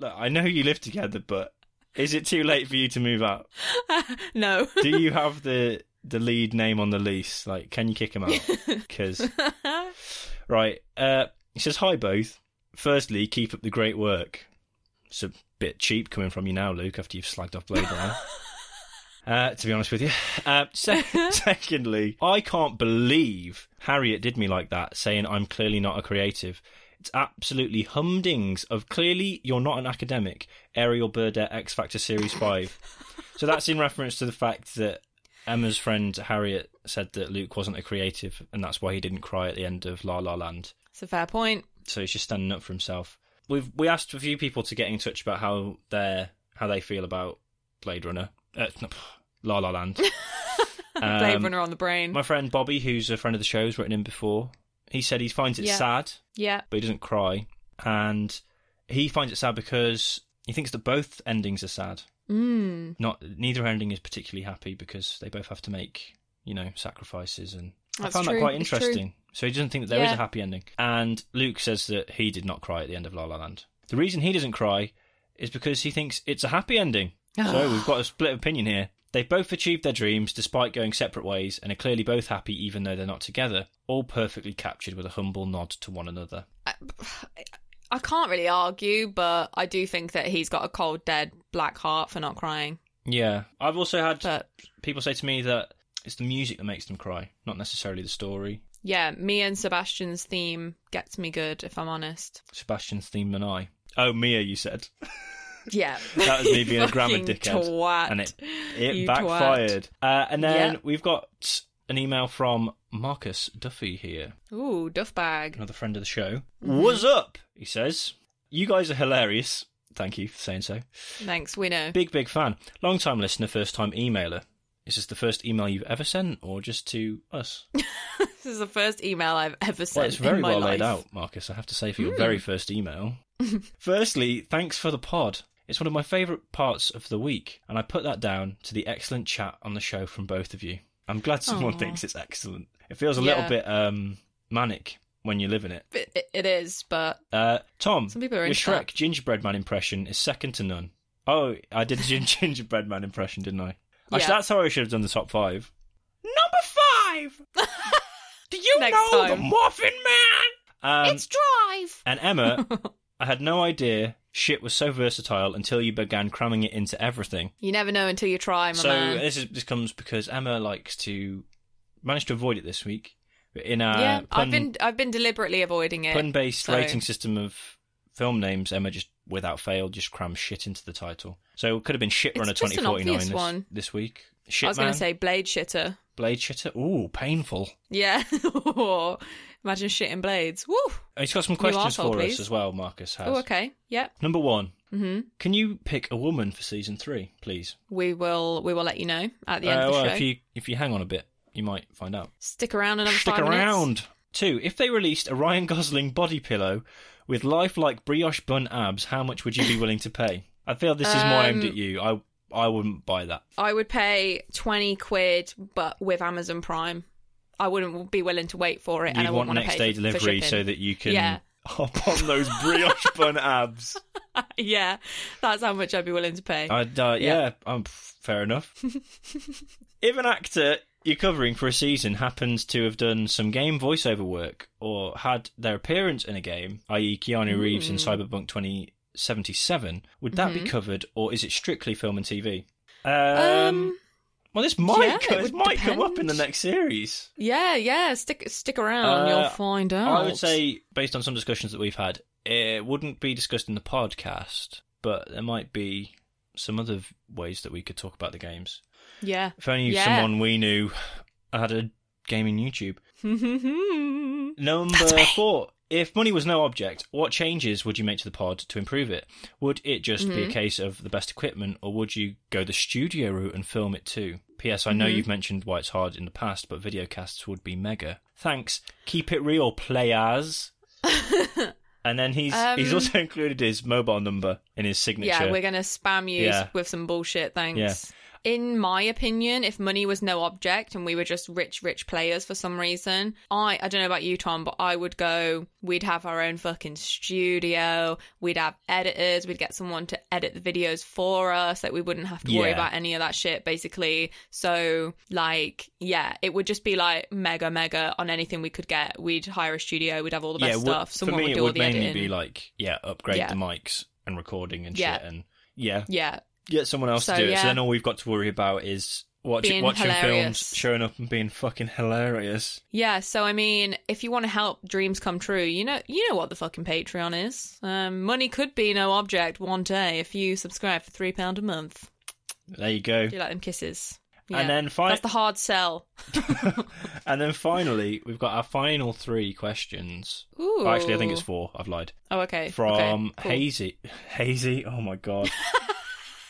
S3: Look, I know you live together, but is it too late for you to move out?
S2: No.
S3: Do you have the the lead name on the lease? Like, can you kick him out? Because right, uh, he says hi both. Firstly, keep up the great work. It's a bit cheap coming from you now, Luke, after you've slagged off Blade Runner. Uh, to be honest with you. Uh, sec- secondly, I can't believe Harriet did me like that, saying I'm clearly not a creative. It's absolutely humdings of clearly you're not an academic. Ariel Burdett, X Factor Series 5. so that's in reference to the fact that Emma's friend Harriet said that Luke wasn't a creative and that's why he didn't cry at the end of La La Land
S2: It's a fair point.
S3: so he's just standing up for himself. We've we asked a few people to get in touch about how they how they feel about Blade Runner, uh, no, pff, La La Land.
S2: Blade
S3: Um,
S2: Runner on the brain.
S3: My friend Bobby, who's a friend of the show, has written in before. He said he finds it
S2: Yeah.
S3: sad,
S2: yeah.
S3: but he doesn't cry, and he finds it sad because he thinks that both endings are sad.
S2: Mm.
S3: Not neither ending is particularly happy because they both have to make you know sacrifices, and I
S2: That's
S3: found
S2: true,
S3: that quite
S2: it's true.
S3: interesting. So he doesn't think that there is
S2: Yeah.
S3: a happy ending. And Luke says that he did not cry at the end of La La Land. The reason he doesn't cry is because he thinks it's a happy ending. so we've got a split opinion here. They've both achieved their dreams despite going separate ways and are clearly both happy even though they're not together, all perfectly captured with a humble nod to one another.
S2: I can't really argue, but I do think that he's got a cold, dead, black heart for not crying.
S3: Yeah. I've also had
S2: But
S3: people say to me that it's the music that makes them cry, not necessarily the story.
S2: yeah, me and Sebastian's theme gets me good, if I'm honest.
S3: Sebastian's theme and I. Oh, Mia, you said.
S2: Yeah.
S3: That was me being a
S2: You
S3: grammar
S2: fucking
S3: dickhead.
S2: twat.
S3: And it, it
S2: You
S3: backfired. Uh, and then
S2: Yep.
S3: we've got an email from Marcus Duffy here,
S2: Ooh, duff bag.
S3: another friend of the show. What's up? He says, You guys are hilarious. Thank you for saying so.
S2: Thanks, we know.
S3: Big, big fan. Long time listener, first time emailer. Is this the first email you've ever sent or just to us?
S2: This is the first email I've ever sent
S3: Well, it's very
S2: in my
S3: well
S2: life. Hmm.
S3: laid out, Marcus, I have to say, for your very first email. Firstly, thanks for the pod. It's one of my favourite parts of the week, and I put that down to the excellent chat on the show from both of you. I'm glad someone
S2: Aw.
S3: thinks it's excellent. It feels a
S2: Yeah.
S3: little bit um, manic when you live in it.
S2: It- it- it is, but
S3: Uh, Tom,
S2: Some people are
S3: your
S2: into
S3: Shrek
S2: that.
S3: gingerbread man impression is second to none. Oh, I did the gin- gingerbread man impression, didn't I? Actually,
S2: Yeah.
S3: that's how I should have done the top five. Number five! Do you
S2: Next
S3: know the
S2: time.
S3: Muffin Man? Um,
S2: drive.
S3: and Emma, I had no idea shit was so versatile until you began cramming it into everything.
S2: You never know until you try, my
S3: so
S2: man.
S3: this is this comes because Emma likes to manage to avoid it this week. But in our
S2: yeah, I've
S3: pun,
S2: been I've been deliberately avoiding it.
S3: based
S2: so-
S3: rating system of film names, Emma just without fail just crams shit into the title. So it could have been Shit
S2: It's
S3: Runner
S2: just an
S3: twenty forty nine
S2: obvious
S3: this,
S2: one.
S3: this week.
S2: I
S3: Shit
S2: was going
S3: man,
S2: to say blade shitter.
S3: Blade Shitter. Ooh, painful.
S2: Yeah. Imagine shitting blades. Woo.
S3: And He's got some
S2: You
S3: questions
S2: arsehole,
S3: for
S2: please.
S3: us as well. Marcus has
S2: Oh, okay. Yep.
S3: number one.
S2: hmm
S3: Can you pick a woman for season three, please?
S2: We will we will let you know at the end
S3: Uh,
S2: of the
S3: well,
S2: show.
S3: If you if you hang on a bit, you might find out.
S2: Stick around another
S3: Stick
S2: five minutes.
S3: around. Two. If they released a Ryan Gosling body pillow with lifelike brioche bun abs, how much would you be willing to pay? I feel this is more aimed
S2: Um,
S3: at you. I I wouldn't buy that.
S2: I would pay twenty quid, but with Amazon Prime, I wouldn't be willing to wait for it, and
S3: You'd
S2: I wouldn't
S3: want
S2: want to
S3: next
S2: pay
S3: day
S2: for- for
S3: delivery
S2: shipping.
S3: so that you can
S2: Yeah.
S3: hop on those brioche bun abs.
S2: yeah, that's how much I'd be willing to pay.
S3: I'd, uh, yeah,
S2: Yeah.
S3: um, pff, fair enough. if an actor you're covering for a season happens to have done some game
S2: Hmm.
S3: voiceover work or had their appearance in a game, i.e., Keanu Reeves in Cyberpunk 20. 77, would that be covered or is it strictly film and TV? Um,
S2: Mm-hmm. Um,
S3: well, this might,
S2: yeah,
S3: go,
S2: it
S3: this
S2: would
S3: might come up in
S2: depend.
S3: the next series.
S2: yeah, yeah. Stick stick around.
S3: Uh,
S2: you'll find out.
S3: I would say, based on some discussions that we've had, it wouldn't be discussed in the podcast, but there might be some other v- ways that we could talk about the games.
S2: yeah.
S3: If only
S2: Yeah.
S3: someone we knew had a gaming YouTube. Number
S2: me.
S3: four. If money was no object, what changes would you make to the pod to improve it? Would it just
S2: Mm-hmm.
S3: be a case of the best equipment, or would you go the studio route and film it too? P.S. I know
S2: Mm-hmm.
S3: you've mentioned why it's hard in the past, but videocasts would be mega. Thanks. Keep it real, players. and then he's he's
S2: Um,
S3: also included his mobile number in his signature.
S2: yeah, we're gonna spam you
S3: Yeah.
S2: with some bullshit. Thanks. In my opinion, if money was no object and we were just rich, rich players for some reason, I I don't know about you, Tom, but I would go. We'd have our own fucking studio. We'd have editors. We'd get someone to edit the videos for us. Like we wouldn't have to worry
S3: Yeah.
S2: about any of that shit, basically. So like, yeah, it would just be like mega, mega on anything we could get. We'd hire a studio. We'd have all the best
S3: yeah, wo-
S2: stuff. Someone
S3: for me,
S2: would do
S3: it
S2: all
S3: would
S2: the
S3: mainly
S2: editing.
S3: be like, yeah, upgrade
S2: Yeah.
S3: the mics and recording and
S2: Yeah.
S3: shit, and yeah,
S2: yeah,
S3: get someone else
S2: So,
S3: to do it.
S2: yeah.
S3: So then all we've got to worry about is watch,
S2: Being
S3: watching
S2: hilarious.
S3: films, showing up and being fucking hilarious.
S2: Yeah, so I mean, if you want to help dreams come true, you know, you know what the fucking Patreon is. Um, money could be no object one day if you subscribe for three pound a month.
S3: There you go.
S2: Do you like them kisses?
S3: And then fi-
S2: that's the hard sell.
S3: and then finally, we've got our final three questions.
S2: Ooh.
S3: Well, actually, I think it's four. I've lied.
S2: Oh, okay.
S3: From
S2: okay, cool.
S3: Hazy, Hazy. Oh my god,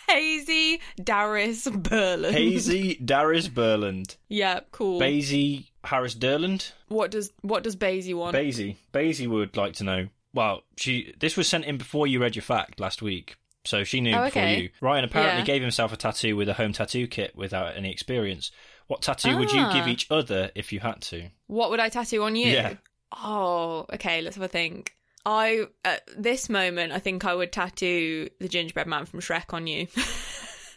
S2: Hazy Darius Berlin.
S3: Hazy Darius Burland,
S2: yeah, cool.
S3: Bazy Harris Derland,
S2: what does what does Bazy want?
S3: Bazy. Bazy would like to know. Well, she. This was sent in before you read your fact last week, so she knew
S2: Oh,
S3: before
S2: okay.
S3: you. Ryan apparently
S2: Yeah.
S3: gave himself a tattoo with a home tattoo kit without any experience. What tattoo would you give
S2: Ah.
S3: each other if you had to?
S2: What would I tattoo on you?
S3: Yeah.
S2: Oh, okay. Let's have a think. I at this moment, I think I would tattoo the gingerbread man from Shrek on you.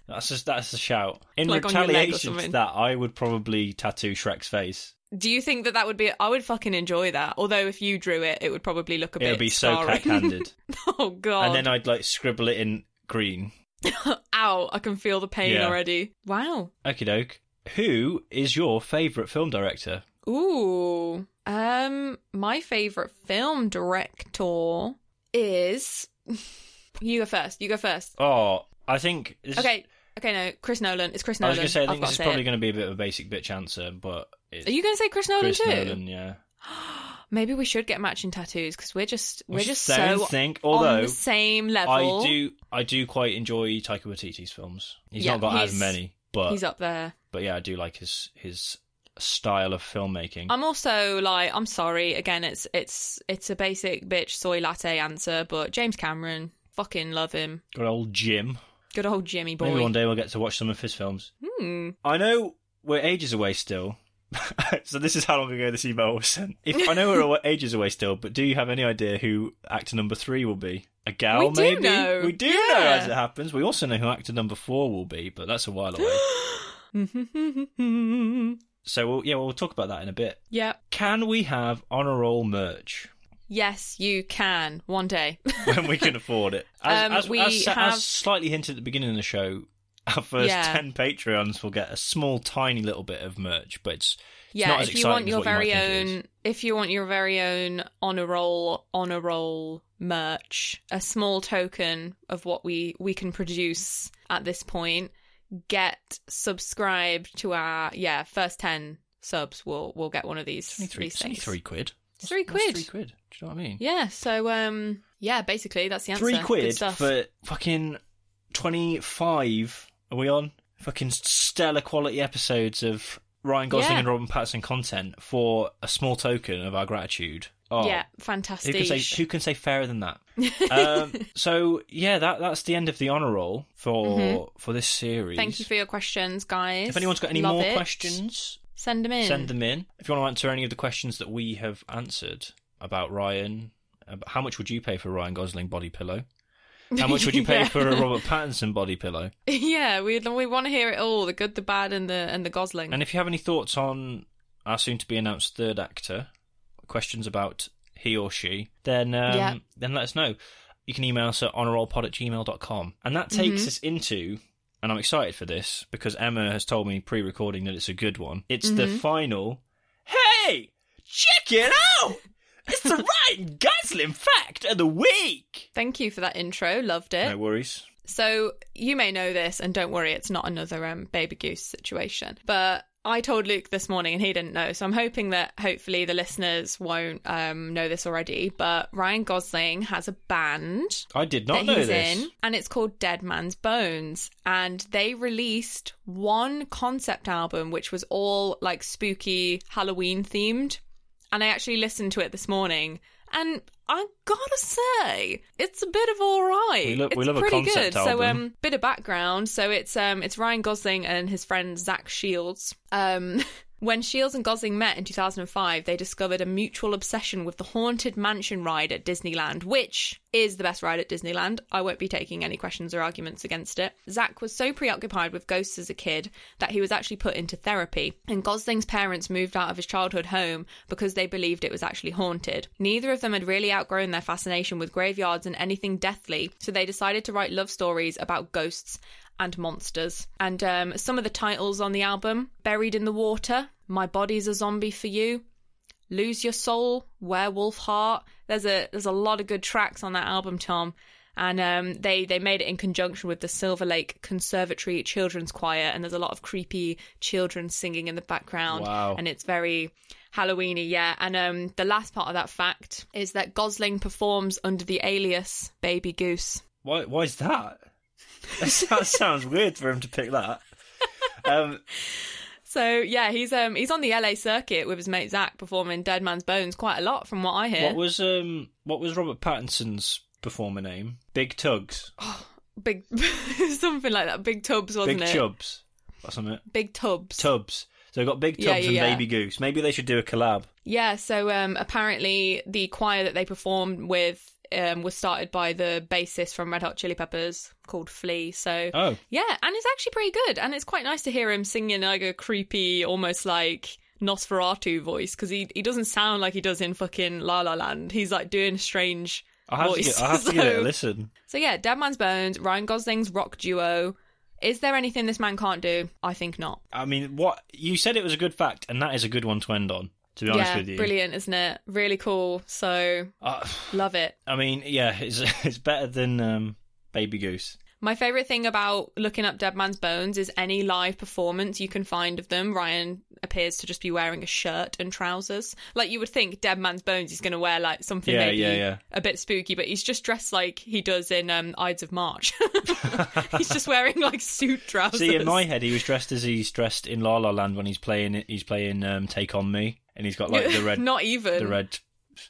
S3: That's just that's a shout. In
S2: Like on your leg or
S3: retaliation to
S2: something.
S3: that, I would probably tattoo Shrek's face.
S2: Do you think that that would be? I would fucking enjoy that. Although if you drew it, it would probably look a
S3: It
S2: bit.
S3: would be so
S2: scarring.
S3: cack-handed,
S2: oh god!
S3: and then I'd like scribble it in green.
S2: ow! I can feel the pain
S3: Yeah.
S2: already. Wow.
S3: Okie doke. Who is your favourite film director?
S2: Ooh. Um, my favorite film director is. you go first. You go first.
S3: Oh, I think this is-
S2: Okay. Okay. No, Chris Nolan. It's Chris
S3: I
S2: Nolan.
S3: was going to say I
S2: I've
S3: think
S2: got
S3: this is
S2: to say
S3: probably
S2: it.
S3: going to be a bit of a basic bitch answer, but it's
S2: Are you going to say Chris Nolan
S3: Chris
S2: too?
S3: Nolan, yeah.
S2: Maybe we should get matching tattoos because we're just we're
S3: I
S2: just
S3: don't
S2: so
S3: think-
S2: on
S3: although
S2: the same level.
S3: I do I do quite enjoy Taika Waititi's films. He's
S2: Yeah,
S3: not got as
S2: he's-
S3: many, but
S2: He's up there.
S3: but yeah, I do like his his style of filmmaking.
S2: I'm also like, I'm sorry. Again, it's it's it's a basic bitch soy latte answer, but James Cameron, fucking love him.
S3: Got old Jim.
S2: Good old Jimmy boy.
S3: Maybe one day we'll get to watch some of his films.
S2: Hmm.
S3: I know we're ages away still. so this is how long ago this email was sent. If I know we're awa- ages away still, but do you have any idea who actor number three will be? A gal,
S2: We do
S3: maybe.
S2: know.
S3: We do know
S2: Yeah.
S3: as it happens. We also know who actor number four will be, but that's a while away.
S2: Hmm.
S3: so we'll, yeah, we'll talk about that in a bit.
S2: yep.
S3: Can we have honor roll merch
S2: Yes, you can. One day.
S3: when we can afford it? As,
S2: Um,
S3: as,
S2: we
S3: as, as
S2: have-
S3: slightly hinted at the beginning of the show, our first
S2: Yeah.
S3: ten Patreons will get a small, tiny little bit of merch, but it's
S2: yeah.
S3: not as
S2: If you want
S3: exciting as
S2: your
S3: what you might
S2: very
S3: think it
S2: own, if you want your very own honor roll, honor roll merch, a small token of what we we can produce at this point, get subscribed to our yeah first ten subs. We'll we'll get one of these.
S3: 23,
S2: these things.
S3: 23 quid.
S2: It's three
S3: What's
S2: quid.
S3: three quid. Do you know what I mean?
S2: Yeah, so um yeah, basically that's the answer.
S3: three
S2: Good
S3: quid
S2: stuff.
S3: for fucking 25. Are we on? Fucking stellar quality episodes of Ryan Gosling
S2: Yeah.
S3: and Robin Pattinson content for a small token of our gratitude. Oh,
S2: yeah,
S3: Who
S2: fantastic.
S3: can say who can say fairer than that? um, so yeah, that that's the end of the honor roll for for this series.
S2: Mm-hmm. Thank you for your questions, guys.
S3: If anyone's got any
S2: Love
S3: more
S2: it.
S3: questions,
S2: send them in.
S3: Send them in. If you want to answer any of the questions that we have answered about Ryan, about how much would you pay for a Ryan Gosling body pillow? How much would you pay
S2: Yeah.
S3: for a Robert Pattinson body pillow?
S2: yeah, we we want to hear it all, the good, the bad and the and the Gosling.
S3: And if you have any thoughts on our soon to be announced third actor, questions about he or she, then um,
S2: Yeah.
S3: then let us know. you can email us at honorrollpod at gmail.com. And that takes
S2: Mm-hmm.
S3: us into, and I'm excited for this because Emma has told me pre recording that it's a good one. It's the
S2: Mm-hmm.
S3: final. Hey! Check it out! It's the Ryan Gosling fact of the week!
S2: Thank you for that intro. Loved it.
S3: No worries.
S2: So you may know this, and don't worry, it's not another um, baby goose situation. But I told Luke this morning, and he didn't know. So I'm hoping that hopefully the listeners won't um, know this already. But Ryan Gosling has a band
S3: I did
S2: that
S3: not know
S2: he's
S3: this.
S2: in, and it's called Dead Man's Bones. And they released one concept album, which was all like spooky Halloween themed. And I actually listened to it this morning, and I gotta say, it's a bit of all right.
S3: We lo-
S2: it's
S3: we love a
S2: pretty good.
S3: concept
S2: So,
S3: album.
S2: um, bit of background. So it's um, it's Ryan Gosling and his friend Zach Shields. Um. When Shields and Gosling met in 2005, they discovered a mutual obsession with the Haunted Mansion ride at Disneyland, which is the best ride at Disneyland. I won't be taking any questions or arguments against it. Zach was so preoccupied with ghosts as a kid that he was actually put into therapy, and Gosling's parents moved out of his childhood home because they believed it was actually haunted. Neither of them had really outgrown their fascination with graveyards and anything deathly, so they decided to write love stories about ghosts and monsters. And um, some of the titles on the album Buried in the Water, My Body's a Zombie for You, Lose Your Soul, Werewolf Heart. There's a there's a lot of good tracks on that album, Tom. And um, they they made it in conjunction with the Silver Lake Conservatory Children's Choir, and there's a lot of creepy children singing in the background,
S3: Wow.
S2: and it's very Halloweeny, yeah. And um, the last part of that fact is that Gosling performs under the alias Baby Goose.
S3: Why? Why is that? that sounds weird for him to pick that. Um,
S2: So yeah, he's um he's on the LA circuit with his mate Zach performing Dead Man's Bones quite a lot, from what I hear.
S3: What was um? What was Robert Pattinson's performer name? Big Tugs,
S2: Big something like that. Big tubs, wasn't
S3: Big
S2: it?
S3: Chubs, or something.
S2: Big tubs.
S3: Tubbs. So we've got Big Tubbs
S2: Yeah, yeah,
S3: and
S2: yeah.
S3: Baby Goose. Maybe they should do a collab.
S2: Yeah, so um, apparently the choir that they performed with um, was started by the bassist from Red Hot Chili Peppers called Flea. So
S3: Oh,
S2: yeah, and it's actually pretty good, and it's quite nice to hear him singing like a creepy, almost like Nosferatu voice because he he doesn't sound like he does in fucking La La Land. He's like doing strange.
S3: Oh, I have, to,
S2: voice.
S3: gi- I have to give it
S2: So-
S3: a listen.
S2: So yeah, Dead Man's Bones, Ryan Gosling's rock duo. Is there anything this man can't do? I think not.
S3: I mean, what you said it was a good fact, and that is a good one to end on. To be honest
S2: yeah,
S3: with you,
S2: brilliant, isn't it? Really cool. So
S3: Uh,
S2: love it.
S3: I mean, yeah, it's it's better than um, Baby Goose.
S2: My favorite thing about looking up Dead Man's Bones is any live performance you can find of them. Ryan appears to just be wearing a shirt and trousers. Like you would think Dead Man's Bones is going to wear like something
S3: Yeah,
S2: maybe
S3: yeah, yeah.
S2: a bit spooky, but he's just dressed like he does in um, Ides of March. he's just wearing like suit trousers.
S3: See, in my head, he was dressed as he's dressed in La La Land when he's playing. He's playing um, Take on Me, and he's got like the red,
S2: Not even.
S3: the red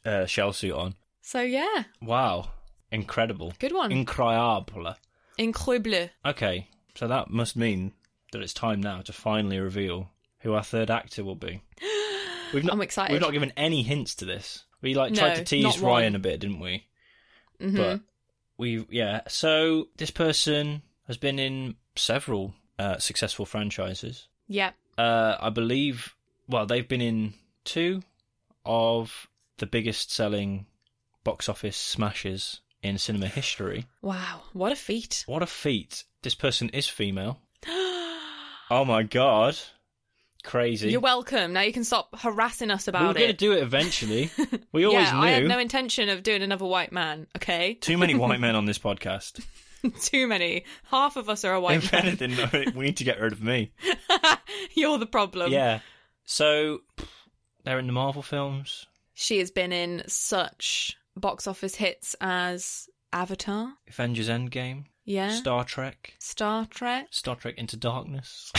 S3: uh, shell suit on.
S2: So yeah,
S3: Wow, incredible,
S2: good one.
S3: incroyable.
S2: Incroyable.
S3: Okay, so that must mean that it's time now to finally reveal who our third actor will be. We've not,
S2: I'm excited.
S3: We've not given any hints to this. We like
S2: No,
S3: tried to
S2: not
S3: tease
S2: one. Mm-hmm.
S3: Ryan a bit, didn't we? But we, yeah. So this person has been in several uh, successful franchises.
S2: Yeah.
S3: Uh, I believe. Well, they've been in two of the biggest selling box office smashes in cinema history.
S2: Wow. What a feat.
S3: What a feat! This person is female. Oh my god, crazy!
S2: You're welcome. Now you can stop harassing us
S3: we were
S2: about
S3: going to
S2: it.
S3: do it eventually. We always
S2: yeah,
S3: knew.
S2: I had no intention of doing another white man. Okay,
S3: Too many white men on this podcast.
S2: too many. Half of us are a white
S3: if
S2: man.
S3: anything, we need to get rid of me.
S2: You're the problem.
S3: Yeah. So they're in the Marvel films.
S2: She has been in such box office hits as Avatar.
S3: Avengers Endgame,
S2: Yeah.
S3: Star Trek,
S2: Star Trek
S3: Star Trek Into Darkness.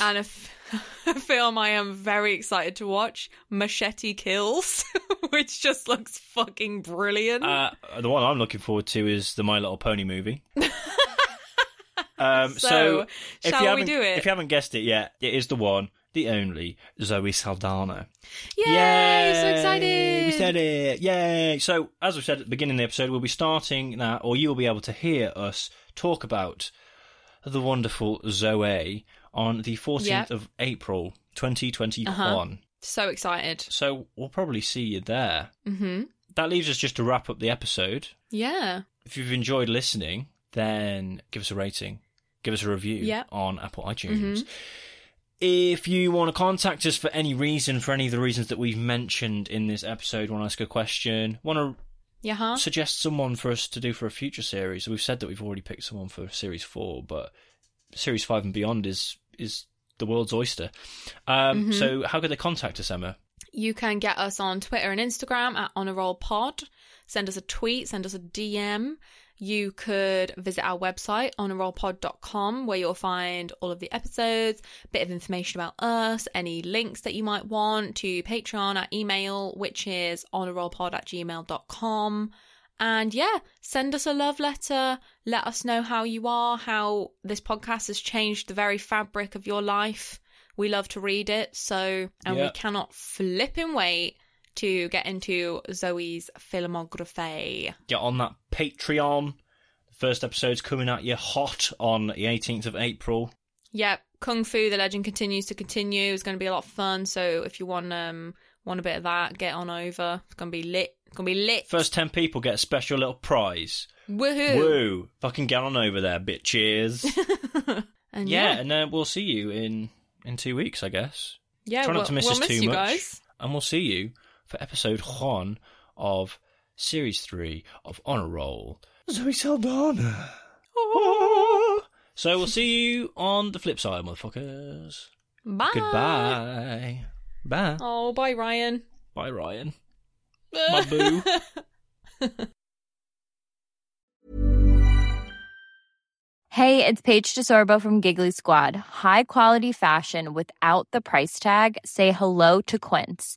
S2: and a, f- a film I am very excited to watch, Machete Kills, which just looks fucking brilliant.
S3: uh, the one I'm looking forward to is the My Little Pony movie. um,
S2: So,
S3: if
S2: shall
S3: you
S2: we
S3: haven't-
S2: do it?
S3: If you haven't guessed it yet, it is the one, the only Zoe Saldana.
S2: Yay! So excited.
S3: We said it. Yay. So, as we said at the beginning of the episode, we'll be starting that, or you'll be able to hear us talk about the wonderful Zoe on the 14th
S2: Yep.
S3: of April, 2021.
S2: Uh-huh. so excited.
S3: So, we'll probably see you there.
S2: hmm
S3: that leaves us just to wrap up the episode.
S2: Yeah.
S3: If you've enjoyed listening, then give us a rating, give us a review
S2: Yeah.
S3: on Apple iTunes. If you want to contact us for any reason, for any of the reasons that we've mentioned in this episode, want to ask a question, want to
S2: Yeah, huh?
S3: suggest someone for us to do for a future series. We've said that we've already picked someone for series four, but series five and beyond is is the world's oyster. Um, So, how could they contact us, Emma?
S2: You can get us on Twitter and Instagram at On a Roll Pod. Send us a tweet, send us a DM. You could visit our website, honourrollpod.com, where you'll find all of the episodes, a bit of information about us, any links that you might want to Patreon, our email, which is honourrollpod at gmail.com. And yeah, send us a love letter. Let us know how you are, how this podcast has changed the very fabric of your life. We love to read it. So, and we
S3: Yeah.
S2: cannot flip and wait to get into Zoe's filmography.
S3: Get on that Patreon. The first episode's coming at you hot on the 18th of April.
S2: Yep, Kung Fu: The Legend Continues to Continue is going to be a lot of fun. So if you want um want a bit of that, get on over. It's going to be lit. It's going to be lit.
S3: First 10 people get a special little prize.
S2: Woohoo!
S3: Woo! Fucking get on over there, bitches.
S2: And
S3: yeah,
S2: yeah,
S3: and then we'll see you in in two weeks, I guess.
S2: yeah,
S3: Try
S2: we'll,
S3: not to miss
S2: we'll
S3: us
S2: miss
S3: too
S2: you
S3: much.
S2: guys.
S3: And we'll see you for episode one of series three of Honor Roll. Zoe Saldana. So we'll see you on the flip side, motherfuckers.
S2: Bye.
S3: Goodbye. Bye.
S2: Oh, bye, Ryan.
S3: Bye, Ryan. My boo.
S4: Hey, it's Paige DeSorbo from Giggly Squad. High quality fashion without the price tag. Say hello to Quince.